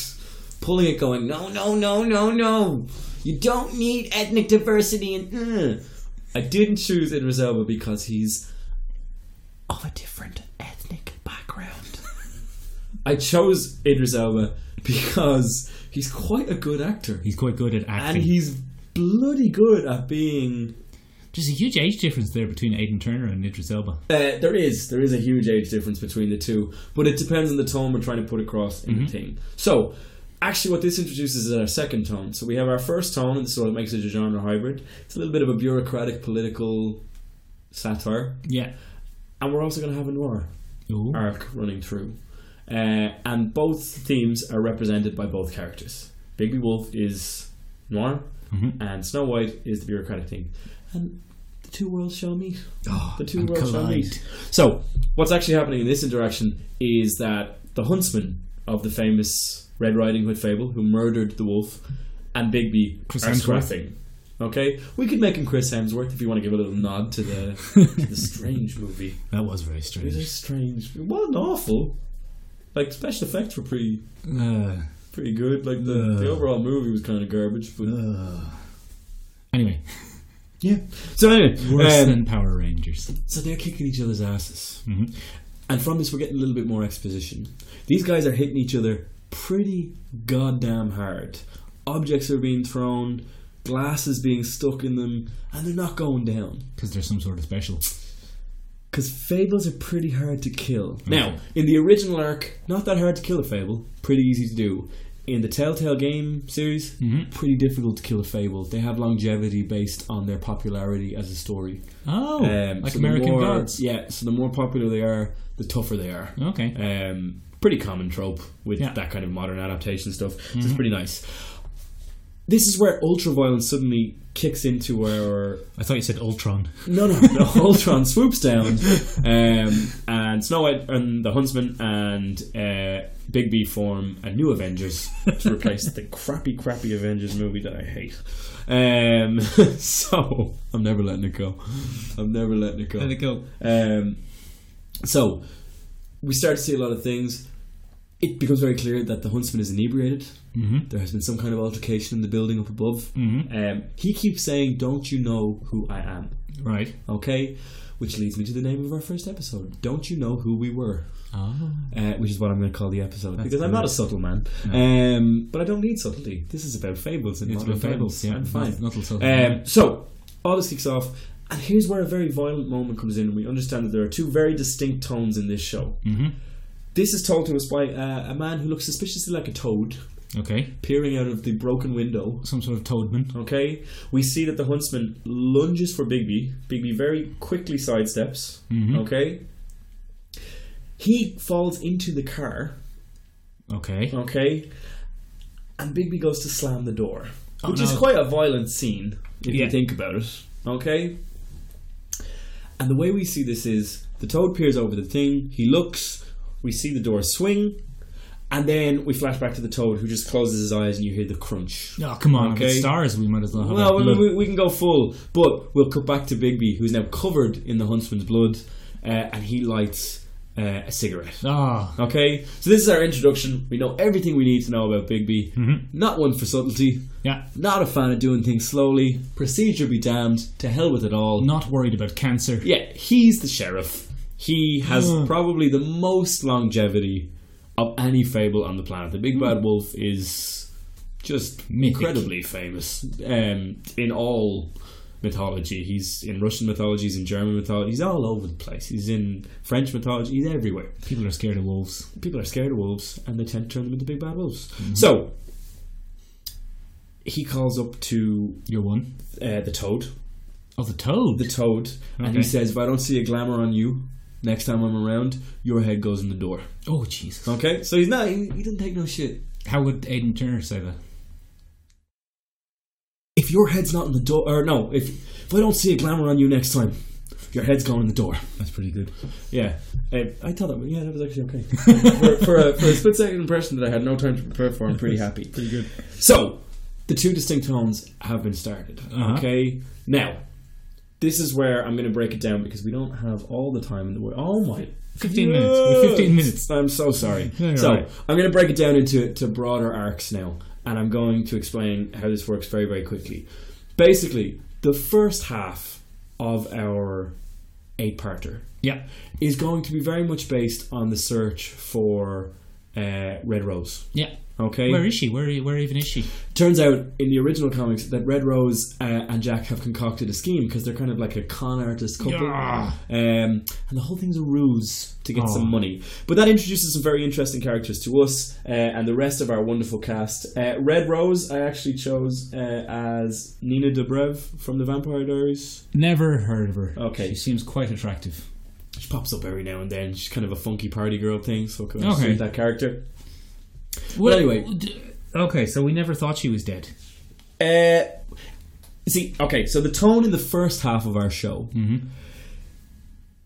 Speaker 2: pulling it, going, no, no, no, no, no, you don't need ethnic diversity. And uh. I didn't choose Idris Elba because he's of a different ethnic background. I chose Idris Elba because he's quite a good actor,
Speaker 1: He's quite good at acting.
Speaker 2: and he's bloody good at being
Speaker 1: There's a huge age difference there between Aiden Turner and Idris Elba.
Speaker 2: Uh, there is there is a huge age difference between the two, but it depends on the tone we're trying to put across in the thing. So, actually, what this introduces is our second tone. So we have our first tone, and this is what makes it a genre hybrid. It's a little bit of a bureaucratic political satire,
Speaker 1: Yeah.
Speaker 2: and we're also going to have a noir
Speaker 1: Ooh.
Speaker 2: arc running through, uh, and both themes are represented by both characters. Bigby Wolf is noir,
Speaker 1: Mhm.
Speaker 2: and Snow White is the bureaucratic thing, and the two worlds shall meet.
Speaker 1: Oh,
Speaker 2: The two
Speaker 1: and
Speaker 2: worlds shall meet. So, what's actually happening in this interaction is that the huntsman of the famous Red Riding Hood fable, who murdered the wolf, and Bigby
Speaker 1: Chris
Speaker 2: are
Speaker 1: Hemsworth.
Speaker 2: scrapping. Okay, we could make him Chris Hemsworth if you want to give a little nod to the, to
Speaker 1: [laughs]
Speaker 2: the strange movie.
Speaker 1: That was very
Speaker 2: It was a
Speaker 1: strange.
Speaker 2: strange. It wasn't awful. Like special effects were pretty
Speaker 1: Uh,
Speaker 2: pretty good. Like the, the overall movie was kind of garbage, but
Speaker 1: uh. Anyway,
Speaker 2: yeah. So anyway,
Speaker 1: worse
Speaker 2: um,
Speaker 1: than Power Rangers.
Speaker 2: so they're kicking each other's asses.
Speaker 1: Mhm.
Speaker 2: And from this, we're getting a little bit more exposition. These guys are hitting each other pretty goddamn hard. Objects are being thrown, glass is being stuck in them, and they're not going down.
Speaker 1: Because there's some sort of special.
Speaker 2: Because fables are pretty hard to kill.
Speaker 1: Mm.
Speaker 2: Now, in the original arc, not that hard to kill a fable, pretty easy to do. In the Telltale game series,
Speaker 1: Mm-hmm.
Speaker 2: pretty difficult to kill a fable. They have longevity based on their popularity as a story.
Speaker 1: Oh,
Speaker 2: Um,
Speaker 1: like
Speaker 2: so the
Speaker 1: American
Speaker 2: more-
Speaker 1: Gods.
Speaker 2: Yeah, so the more popular they are, the tougher they are.
Speaker 1: Okay.
Speaker 2: Um, pretty common trope with
Speaker 1: Yeah. Mm-hmm.
Speaker 2: that kind of modern adaptation stuff. So it's pretty nice. This is where ultraviolence suddenly kicks into our
Speaker 1: I thought you said Ultron.
Speaker 2: no, no, no. [laughs] Ultron swoops down, um, and Snow White and the Huntsman and uh, Big B form a new Avengers to replace the crappy, crappy Avengers movie that I hate. Um, [laughs] so I'm never letting it go. I'm never letting it go.
Speaker 1: go.
Speaker 2: Um, so we start to see a lot of things. It becomes very clear that the huntsman is inebriated.
Speaker 1: Mhm.
Speaker 2: There has been some kind of altercation in the building up above.
Speaker 1: Mhm.
Speaker 2: Um, he keeps saying, "Don't you know who I am?"
Speaker 1: Right.
Speaker 2: Okay, which leads me to the name of our first episode. Don't you know who we were?
Speaker 1: Oh.
Speaker 2: Uh, which is what I'm going to call the episode because I'm
Speaker 1: good.
Speaker 2: not a subtle man, um, but I don't need subtlety. This is about fables and
Speaker 1: It's
Speaker 2: modern
Speaker 1: about fables, yeah.
Speaker 2: I'm fine.
Speaker 1: Not- not a subtle
Speaker 2: um,
Speaker 1: man.
Speaker 2: so all this kicks off, and here's where a very violent moment comes in. We understand that there are two very distinct tones in this show.
Speaker 1: Mhm.
Speaker 2: This is told to us by uh, a man who looks suspiciously like a toad
Speaker 1: Okay.
Speaker 2: peering out of the broken window.
Speaker 1: Some sort of Toadman.
Speaker 2: Okay, we see that the huntsman lunges for Bigby. Bigby very quickly sidesteps.
Speaker 1: Mm-hmm.
Speaker 2: Okay, he falls into the car.
Speaker 1: Okay.
Speaker 2: Oh. Okay, and Bigby goes to slam the door,
Speaker 1: Oh,
Speaker 2: which is
Speaker 1: no.
Speaker 2: quite a violent scene if
Speaker 1: Yeah.
Speaker 2: you think about it. Okay, and the way we see this is the toad peers over the thing. He looks. We see the door swing. And then we flash back to the toad who just closes his eyes and you hear the crunch.
Speaker 1: Oh, come on. If
Speaker 2: Okay.
Speaker 1: it's stars, we might as well have
Speaker 2: Well,
Speaker 1: a
Speaker 2: we,
Speaker 1: look.
Speaker 2: we, we can go full, but we'll cut back to Bigby, who's now covered in the huntsman's blood, uh, and he lights uh, a cigarette.
Speaker 1: Ah.
Speaker 2: Okay, so this is our introduction. We know everything we need to know about Bigby. Not one for subtlety.
Speaker 1: Yeah.
Speaker 2: Not a fan of doing things slowly. Procedure be damned. To hell with it all.
Speaker 1: Not worried about cancer.
Speaker 2: Yeah, he's the sheriff. He has
Speaker 1: Hmm.
Speaker 2: probably the most longevity of any fable on the planet. The Big Bad Wolf is just
Speaker 1: Hmm. Mythic.
Speaker 2: incredibly famous um, in all mythology. He's in Russian mythology, he's in German mythology, he's all over the place. He's in French mythology, he's everywhere.
Speaker 1: People are scared of wolves.
Speaker 2: People are scared of wolves and they tend to turn them into big bad wolves.
Speaker 1: Hmm.
Speaker 2: So, he calls up to
Speaker 1: You're one.
Speaker 2: uh, the toad,
Speaker 1: Oh, the toad.
Speaker 2: the toad and
Speaker 1: Okay.
Speaker 2: he says, If I don't see a glamour on you next time I'm around, your head goes in the door.
Speaker 1: oh, Jesus.
Speaker 2: Okay? So he's not, he, he didn't take no shit.
Speaker 1: How would Aiden Turner say that?
Speaker 2: If your head's not in the door, or no, if, if I don't see a glamour on you next time, your head's going in the door.
Speaker 1: That's pretty good.
Speaker 2: Yeah. Uh, I thought that, was- yeah, that was actually okay. [laughs] for, for, a, for a split second impression that I had no time to prepare for, I'm pretty happy.
Speaker 1: Pretty good.
Speaker 2: So, the two distinct tones have been started.
Speaker 1: Uh-huh.
Speaker 2: Okay, now this is where I'm going to break it down because we don't have all the time in the world. Oh my.
Speaker 1: 15 minutes. We're 15 minutes.
Speaker 2: I'm so sorry.
Speaker 1: No, you're
Speaker 2: so
Speaker 1: all right.
Speaker 2: I'm going to break it down into to broader arcs now, and I'm going to explain how this works very, very quickly. Basically, the first half of our eight-parter
Speaker 1: Yeah.
Speaker 2: is going to be very much based on the search for uh, Red Rose.
Speaker 1: Yeah.
Speaker 2: Okay.
Speaker 1: Where is she? Where, where even is she?
Speaker 2: Turns out in the original comics that Red Rose uh, and Jack have concocted a scheme because they're kind of like a con artist couple,
Speaker 1: Yeah. Oh.
Speaker 2: um, and the whole thing's a ruse to get
Speaker 1: Aw.
Speaker 2: some money. But that introduces some very interesting characters to us uh, and the rest of our wonderful cast. Uh, Red Rose, I actually chose uh, as Nina Dobrev from The Vampire Diaries.
Speaker 1: Never heard of her.
Speaker 2: Okay.
Speaker 1: She seems quite attractive.
Speaker 2: She pops up every now and then. She's kind of a funky party girl thing, so kind of
Speaker 1: Okay.
Speaker 2: suit that character.
Speaker 1: Well,
Speaker 2: anyway.
Speaker 1: d- Okay, so we never thought she was dead.
Speaker 2: Uh, see, okay, so the tone in the first half of our show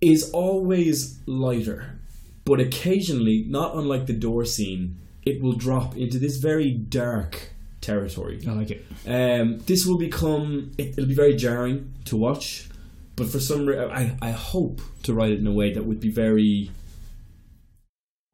Speaker 2: is always lighter, but occasionally, not unlike the door scene, it will drop into this very dark territory.
Speaker 1: I like it.
Speaker 2: Um, this will become it, it'll be very jarring to watch, but for some re- I I hope to write it in a way that would be very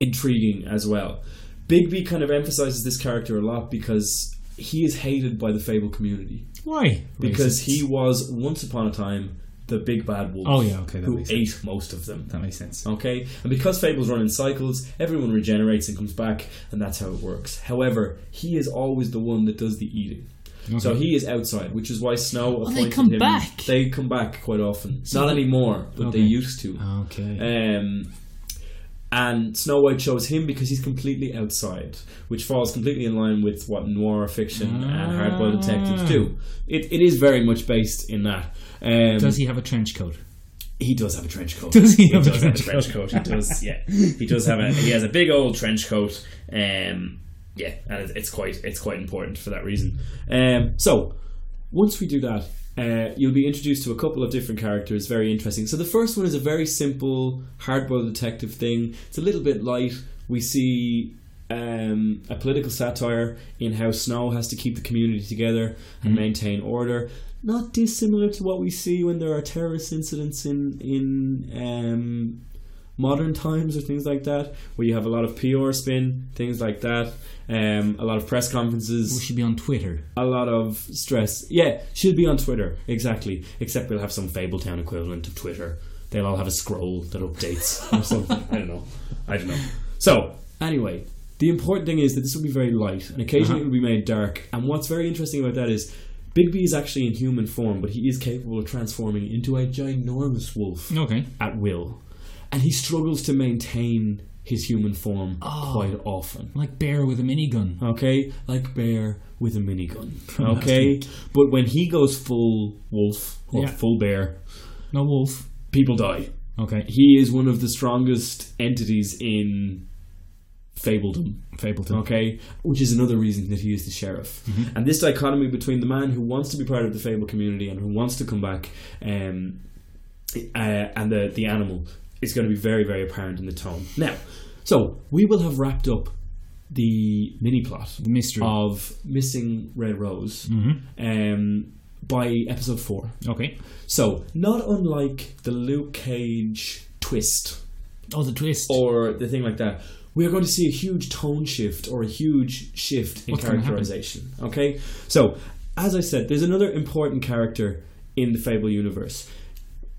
Speaker 2: intriguing as well. Bigby kind of emphasizes this character a lot because he is hated by the Fable community
Speaker 1: Why?
Speaker 2: because
Speaker 1: Racists.
Speaker 2: he was once upon a time the big bad wolf.
Speaker 1: Oh, yeah, okay, that
Speaker 2: who
Speaker 1: makes
Speaker 2: ate most of them.
Speaker 1: That makes sense.
Speaker 2: Okay, and because fables run in cycles, everyone regenerates and comes back, and that's how it works. However, he is always the one that does the eating. So he is outside, which is why Snow appointed
Speaker 1: they come
Speaker 2: him.
Speaker 1: back.
Speaker 2: They come back quite often. Not anymore, but they
Speaker 1: Okay. Uh.
Speaker 2: used to.
Speaker 1: Okay.
Speaker 2: Um, and Snow White chose him because he's completely outside, which falls completely in line with what noir fiction and hardboiled detectives do. It, it is very much based in that. Um,
Speaker 1: Ah. Does he have a trench coat?
Speaker 2: he does have a trench
Speaker 1: [laughs]
Speaker 2: coat.
Speaker 1: Does he have a
Speaker 2: does
Speaker 1: trench
Speaker 2: coat? He does. Yeah, he does have a. He has a big old trench coat. Um, yeah, and it, it's quite it's quite important for that reason. Um, so once we do that, uh, you'll be introduced to a couple of different characters. Very interesting. So the first one is a very simple hardboiled detective thing. It's a little bit light. We see. Um, a political satire in how Snow has to keep the community together and maintain order not dissimilar to what we see when there are terrorist incidents in in um, modern times or things like that, where you have a lot of PR spin, things like that, um, a lot of press
Speaker 1: We
Speaker 2: conferences,
Speaker 1: should be on Twitter.
Speaker 2: a lot of stress. Yeah, she'll be on Twitter exactly. Except we'll have some Fabletown equivalent of Twitter. They'll all have a scroll that updates or something. I don't know. I don't know. So anyway. The important thing is that this will be very light, and occasionally it will be made dark. And what's very interesting about that is Bigby is actually in human form, but he is capable of transforming into a ginormous wolf
Speaker 1: Okay.
Speaker 2: at will. And he struggles to maintain his human form
Speaker 1: Oh.
Speaker 2: quite often.
Speaker 1: Like bear with a minigun.
Speaker 2: Okay? Like bear with a minigun. Okay? but when he goes full wolf or
Speaker 1: Yeah.
Speaker 2: full bear,
Speaker 1: No wolf.
Speaker 2: people die.
Speaker 1: Okay.
Speaker 2: He is one of the strongest entities in Fabledom.
Speaker 1: Fableton.
Speaker 2: Okay, which is another reason that he is the sheriff. And this dichotomy between the man who wants to be part of the fable community and who wants to come back, um, uh, and the the animal is going to be very very apparent in the tone. Now, so we will have wrapped up the mini plot
Speaker 1: The mystery.
Speaker 2: of missing Red Rose um, by episode four.
Speaker 1: okay.
Speaker 2: So not unlike the Luke Cage twist
Speaker 1: Oh, the twist.
Speaker 2: or the thing like that. We are going to see a huge tone shift or a huge shift in
Speaker 1: What's gonna happen?
Speaker 2: characterization. Okay, so as I said, there's another important character in the Fable universe.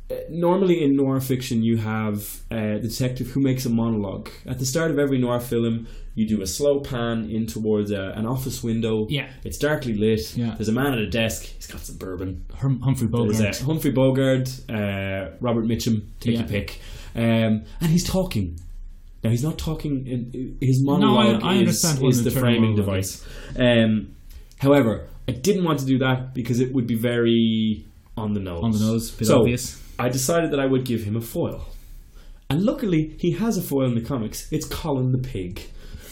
Speaker 2: Uh, Normally in noir fiction, you have uh, the detective who makes a monologue. At the start of every noir film, you do a slow pan in towards a, an office window.
Speaker 1: Yeah.
Speaker 2: It's darkly lit.
Speaker 1: Yeah.
Speaker 2: There's a man at a desk. He's got some bourbon.
Speaker 1: Hum- Humphrey Bogart.
Speaker 2: There's uh, Humphrey Bogart, uh, Robert Mitchum, take
Speaker 1: Yeah.
Speaker 2: your pick, um, and he's talking. Now he's not talking. In, his
Speaker 1: I-
Speaker 2: monologue
Speaker 1: I
Speaker 2: is,
Speaker 1: understand what
Speaker 2: is
Speaker 1: the
Speaker 2: the
Speaker 1: term
Speaker 2: framing
Speaker 1: monologue
Speaker 2: device. Um, however, I didn't want to do that because it would be very on the nose.
Speaker 1: On the nose, bit
Speaker 2: so
Speaker 1: obvious.
Speaker 2: I decided that I would give him a foil, and luckily he has a foil in the comics. It's Colin the Pig.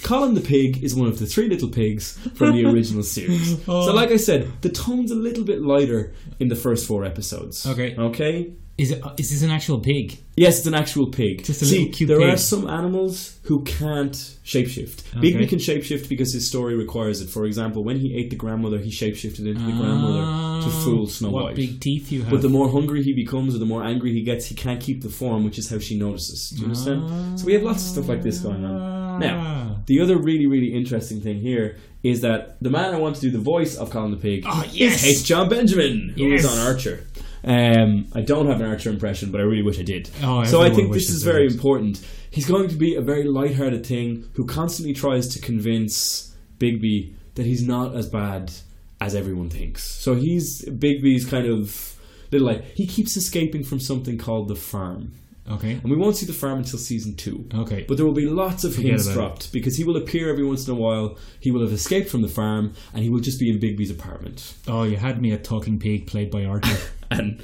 Speaker 2: Colin the Pig is one of the three little pigs from the
Speaker 1: [laughs]
Speaker 2: original series.
Speaker 1: Oh.
Speaker 2: So, like I said, the tone's a little bit lighter in the first four episodes.
Speaker 1: Okay.
Speaker 2: Okay.
Speaker 1: Is it? Is this an actual pig?
Speaker 2: Yes, it's an actual pig.
Speaker 1: Just a
Speaker 2: See,
Speaker 1: little cute
Speaker 2: there
Speaker 1: pig.
Speaker 2: are some animals who can't shapeshift.
Speaker 1: Okay.
Speaker 2: Bigby can shapeshift because his story requires it. For example, when he ate the grandmother, he shapeshifted into the grandmother to
Speaker 1: Ah,
Speaker 2: fool Snow
Speaker 1: what
Speaker 2: White.
Speaker 1: big teeth you have!
Speaker 2: But the more hungry he becomes, or the more angry he gets, he can't keep the form, which is how she notices. Do you understand? So we have lots of stuff like this going on.
Speaker 1: Ah.
Speaker 2: Now, the other really, really interesting thing here is that the man I want to do the voice of Colin the Pig
Speaker 1: Ah,
Speaker 2: it's
Speaker 1: yes.
Speaker 2: John Benjamin, who is
Speaker 1: Yes.
Speaker 2: on Archer. Um, I don't have an Archer impression, but I really wish I did.
Speaker 1: Oh,
Speaker 2: so I
Speaker 1: everyone
Speaker 2: think this
Speaker 1: wishes
Speaker 2: is
Speaker 1: they
Speaker 2: very
Speaker 1: did.
Speaker 2: important. He's going to be a very light-hearted thing who constantly tries to convince Bigby that he's not as bad as everyone thinks. So he's Bigby's kind of little like he keeps escaping from something called the farm,
Speaker 1: Okay.
Speaker 2: and we won't see the farm until season two.
Speaker 1: Okay.
Speaker 2: But there will be lots of
Speaker 1: Forget
Speaker 2: hints
Speaker 1: about it.
Speaker 2: dropped because he will appear every once in a while. He will have escaped from the farm and he will just be in Bigby's apartment.
Speaker 1: oh, you had me at talking pig played by
Speaker 2: [gasps]
Speaker 1: Archer.
Speaker 2: And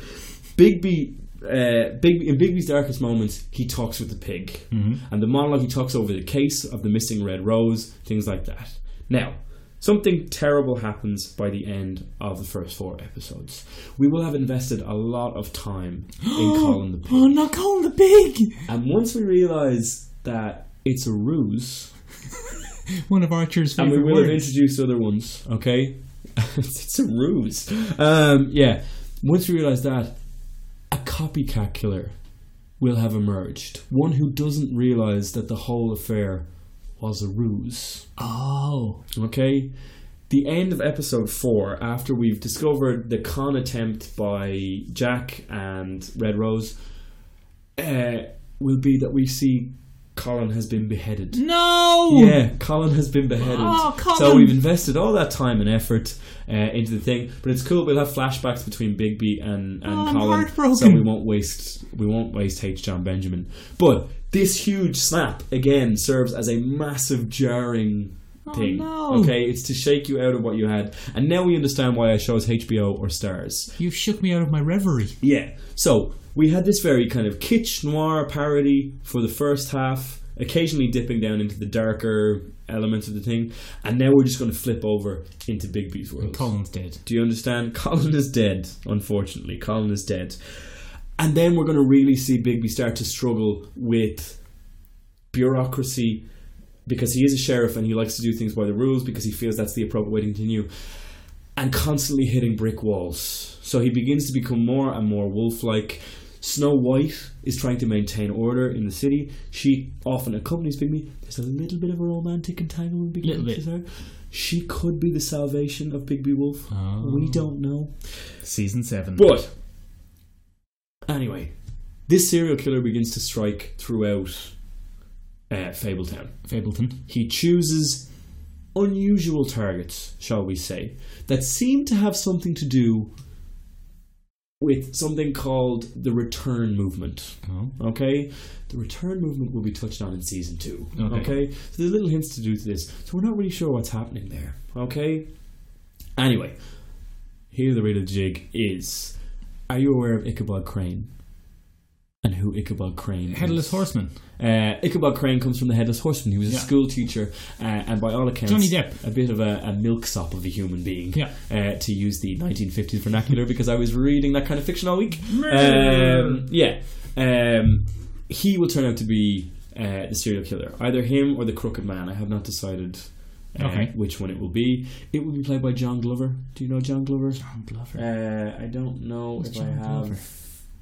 Speaker 2: Bigby, uh, Big in Bigby's darkest moments, he talks with the pig, and the monologue he talks over the case of the missing red rose, things like that. Now. Something terrible happens by the end of the first four episodes. We will have invested a lot of time
Speaker 1: [gasps]
Speaker 2: in Colin the Pig.
Speaker 1: oh, not Colin the pig!
Speaker 2: And once we realise that it's a ruse,
Speaker 1: One of Archer's
Speaker 2: and
Speaker 1: favorite
Speaker 2: we will have
Speaker 1: words.
Speaker 2: introduced other ones. Okay, [laughs] it's a ruse. Um, yeah. Once we realise that, a copycat killer will have emerged. One who doesn't realise that the whole affair was a ruse.
Speaker 1: Oh,
Speaker 2: Okay. The end of episode four, after we've discovered the con attempt by Jack and Red Rose, uh, will be that we see Colin has been beheaded.
Speaker 1: no!
Speaker 2: Yeah, Colin has been beheaded.
Speaker 1: Oh,
Speaker 2: So
Speaker 1: Colin.
Speaker 2: we've invested all that time and effort uh, into the thing, but it's cool. We'll have flashbacks between Bigby and and
Speaker 1: Oh, I'm
Speaker 2: Colin,
Speaker 1: heartbroken.
Speaker 2: so we won't waste we won't waste H. John Benjamin. But this huge snap again serves as a massive jarring thing.
Speaker 1: Oh, no.
Speaker 2: Okay, it's to shake you out of what you had, and now we understand why I chose HBO or Stars.
Speaker 1: You shook me out of my reverie.
Speaker 2: Yeah. So we had this very kind of kitsch noir parody for the first half, occasionally dipping down into the darker elements of the thing, and now we're just going to flip over into Bigby's world.
Speaker 1: Colin's dead.
Speaker 2: Do you understand? [laughs] Colin is dead, unfortunately. Colin is dead. And then we're going to really see Bigby start to struggle with bureaucracy because he is a sheriff and he likes to do things by the rules because he feels that's the appropriate way to continue. And constantly hitting brick walls. So he begins to become more and more wolf like. Snow White is trying to maintain order in the city. She often accompanies Bigby. There's a little bit of a romantic entanglement
Speaker 1: Little
Speaker 2: between
Speaker 1: bit.
Speaker 2: her. She could be the salvation of Bigby Wolf.
Speaker 1: Oh.
Speaker 2: We don't know.
Speaker 1: Season 7.
Speaker 2: But anyway, this serial killer begins to strike throughout uh, Fabletown.
Speaker 1: Fableton.
Speaker 2: He chooses unusual targets, shall we say, that seem to have something to do with something called the return movement.
Speaker 1: Oh.
Speaker 2: Okay, the return movement will be touched on in season two.
Speaker 1: Okay.
Speaker 2: Okay. so there's little hints to do to this. So we're not really sure what's happening there. Okay. Anyway, here the rate of the jig is: Are you aware of Ichabod Crane? And who Ichabod Crane?
Speaker 1: Headless
Speaker 2: is?
Speaker 1: Horseman.
Speaker 2: Uh, Ichabod Crane comes from the Headless Horseman. He was a
Speaker 1: Yeah.
Speaker 2: school teacher, uh, and by all accounts,
Speaker 1: Johnny Depp.
Speaker 2: a bit of a, a milksop of a human being.
Speaker 1: Yeah.
Speaker 2: Uh, to use the 1950s vernacular, because I was reading that kind of fiction all week. Um, yeah. Um, he will turn out to be uh, the serial killer, either him or the Crooked Man. I have not decided. uh,
Speaker 1: Okay.
Speaker 2: Which one it will be? It will be played by John Glover. Do you know John Glover?
Speaker 1: John Glover.
Speaker 2: Uh, I don't know
Speaker 1: Who's
Speaker 2: if I
Speaker 1: John
Speaker 2: have.
Speaker 1: Glover?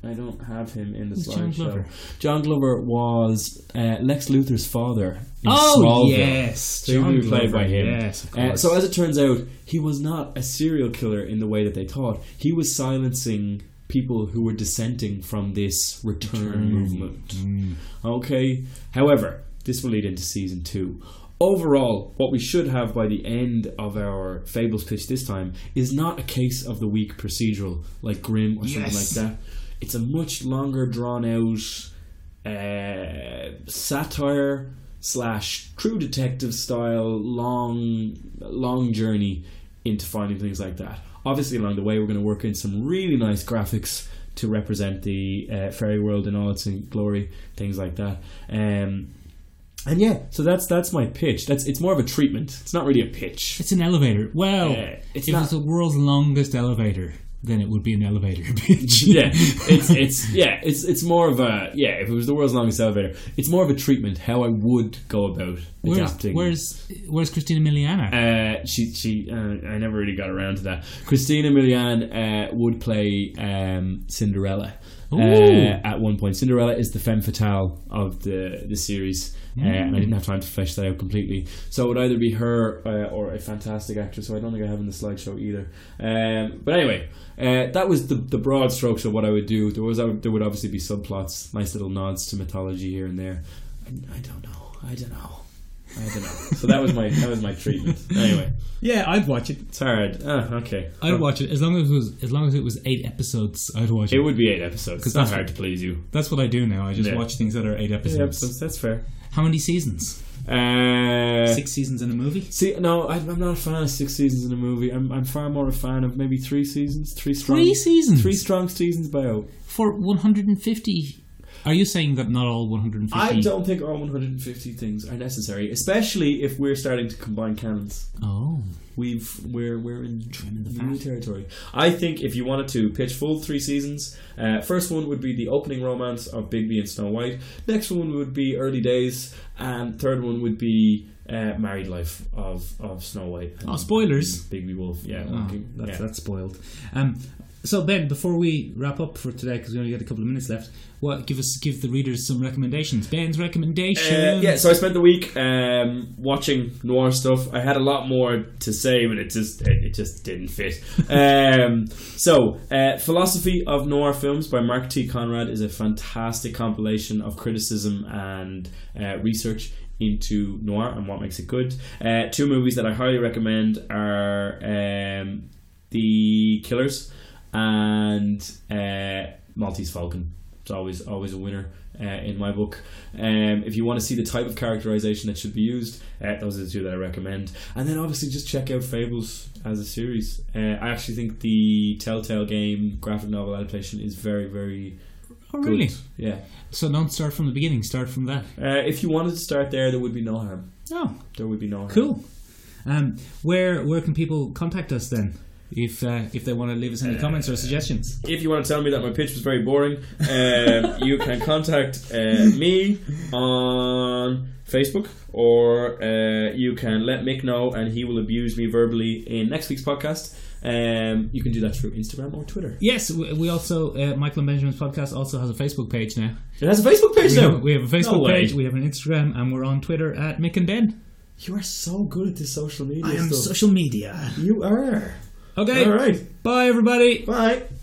Speaker 2: I don't have him in the
Speaker 1: Who's John
Speaker 2: slideshow. John,
Speaker 1: Glover?
Speaker 2: Glover was uh, Lex Luthor's father. In
Speaker 1: oh,
Speaker 2: Smallville.
Speaker 1: yes.
Speaker 2: So he will be played by him.
Speaker 1: Yes, of
Speaker 2: Uh,
Speaker 1: course.
Speaker 2: so as it turns out, he was not a serial killer in the way that they thought. He was silencing people who were dissenting from this return movement.
Speaker 1: Mm.
Speaker 2: Okay. However, this will lead into season two. Overall, what we should have by the end of our Fables pitch this time is not a case of the weak procedural like Grimm or something
Speaker 1: Yes.
Speaker 2: like that. It's a much longer, drawn out uh, satire slash true detective style long long journey into finding things like that. Obviously, along the way, we're going to work in some really nice graphics to represent the uh, fairy world in all its glory, things like that. Um, and yeah, so that's that's my pitch. That's it's more of a treatment. It's not really a pitch.
Speaker 1: It's an elevator. Well,
Speaker 2: Yeah, it's
Speaker 1: it
Speaker 2: not-
Speaker 1: was the world's longest elevator. then it would be an elevator [laughs] pitch.
Speaker 2: [laughs] yeah, it's it's yeah, it's it's more of a yeah. If it was the world's longest elevator, it's more of a treatment. How I would go about
Speaker 1: Where's,
Speaker 2: adapting.
Speaker 1: where's where's Christina Miliana?
Speaker 2: uh, she she uh, I never really got around to that. Christina Milian uh, would play um, Cinderella. uh,
Speaker 1: Ooh.
Speaker 2: at one point, Cinderella is the femme fatale of the the series, uh, and I didn't have time to flesh that out completely. So it would either be her uh, or a fantastic actress. So I don't think I have in the slideshow either. Um, but anyway, uh, that was the the broad strokes of what I would do. There was there would obviously be subplots, nice little nods to mythology here and there. I, I don't know. I don't know. I don't know. So that was my that was my treatment. Anyway,
Speaker 1: yeah, I'd watch it.
Speaker 2: it's hard. Ah, okay.
Speaker 1: I'd watch it as long as it was as long as it was eight episodes. I'd watch it.
Speaker 2: It would be eight episodes. It's not
Speaker 1: that's-
Speaker 2: hard to please you.
Speaker 1: That's what I do now. I just
Speaker 2: Yeah.
Speaker 1: watch things that are eight episodes.
Speaker 2: That's fair.
Speaker 1: How many seasons?
Speaker 2: Uh,
Speaker 1: Six seasons in a movie.
Speaker 2: See, no, I, I'm not a fan of six seasons in a movie. I'm, I'm far more a fan of maybe three seasons, three strong,
Speaker 1: Three seasons
Speaker 2: three strong seasons by out.
Speaker 1: for one hundred and fifty. Are you saying that not all one hundred and fifty?
Speaker 2: I don't think all 150 things are necessary, especially if we're starting to combine canons.
Speaker 1: Oh,
Speaker 2: we've we're we're in
Speaker 1: Trimming the
Speaker 2: new
Speaker 1: fat.
Speaker 2: territory. I think if you wanted to pitch full three seasons, uh, first one would be the opening romance of Bigby and Snow White. Next one would be Early Days, and third one would be. Uh, married life of, of Snow White. and
Speaker 1: Oh, spoilers.
Speaker 2: Bigby Wolf. Yeah,
Speaker 1: Oh,
Speaker 2: okay,
Speaker 1: that's,
Speaker 2: yeah.
Speaker 1: that's spoiled. Um, so Ben, before we wrap up for today, because we only got a couple of minutes left, what give us give the readers some recommendations? Ben's recommendation.
Speaker 2: Uh, yeah, so I spent the week um, watching noir stuff. I had a lot more to say, but it just it, it just didn't fit. um, so, uh, philosophy of noir films by Mark T. Conrad is a fantastic compilation of criticism and uh, research into noir and what makes it good. Uh, two movies that I highly recommend are um, The Killers and uh, Maltese Falcon. It's always always a winner uh, in my book. Um, if you want to see the type of characterization that should be used, uh, those are the two that I recommend. And then obviously just check out Fables as a series. Uh, I actually think the Telltale game graphic novel adaptation is very very
Speaker 1: oh,
Speaker 2: good.
Speaker 1: really?
Speaker 2: Yeah.
Speaker 1: So don't start from the beginning. Start from that.
Speaker 2: Uh, if you wanted to start there, there would be no harm.
Speaker 1: Oh,
Speaker 2: There would be no harm.
Speaker 1: cool. Um, where where can people contact us then? If uh, if they want to leave us any comments or suggestions,
Speaker 2: if you want to tell me that my pitch was very boring, um, you can contact uh, me on Facebook, or uh, you can let Mick know, and he will abuse me verbally in next week's podcast. Um, you can do that through Instagram or Twitter.
Speaker 1: yes, we, we also uh, Michael and Benjamin's podcast also has a Facebook page now.
Speaker 2: It has a Facebook page
Speaker 1: We,
Speaker 2: now.
Speaker 1: have, we have a Facebook
Speaker 2: No way.
Speaker 1: page, we have an Instagram, and we're on Twitter at Mick and Ben.
Speaker 2: You are so good at this social media stuff.
Speaker 1: social media.
Speaker 2: you are.
Speaker 1: Okay,
Speaker 2: All right.
Speaker 1: bye everybody.
Speaker 2: Bye.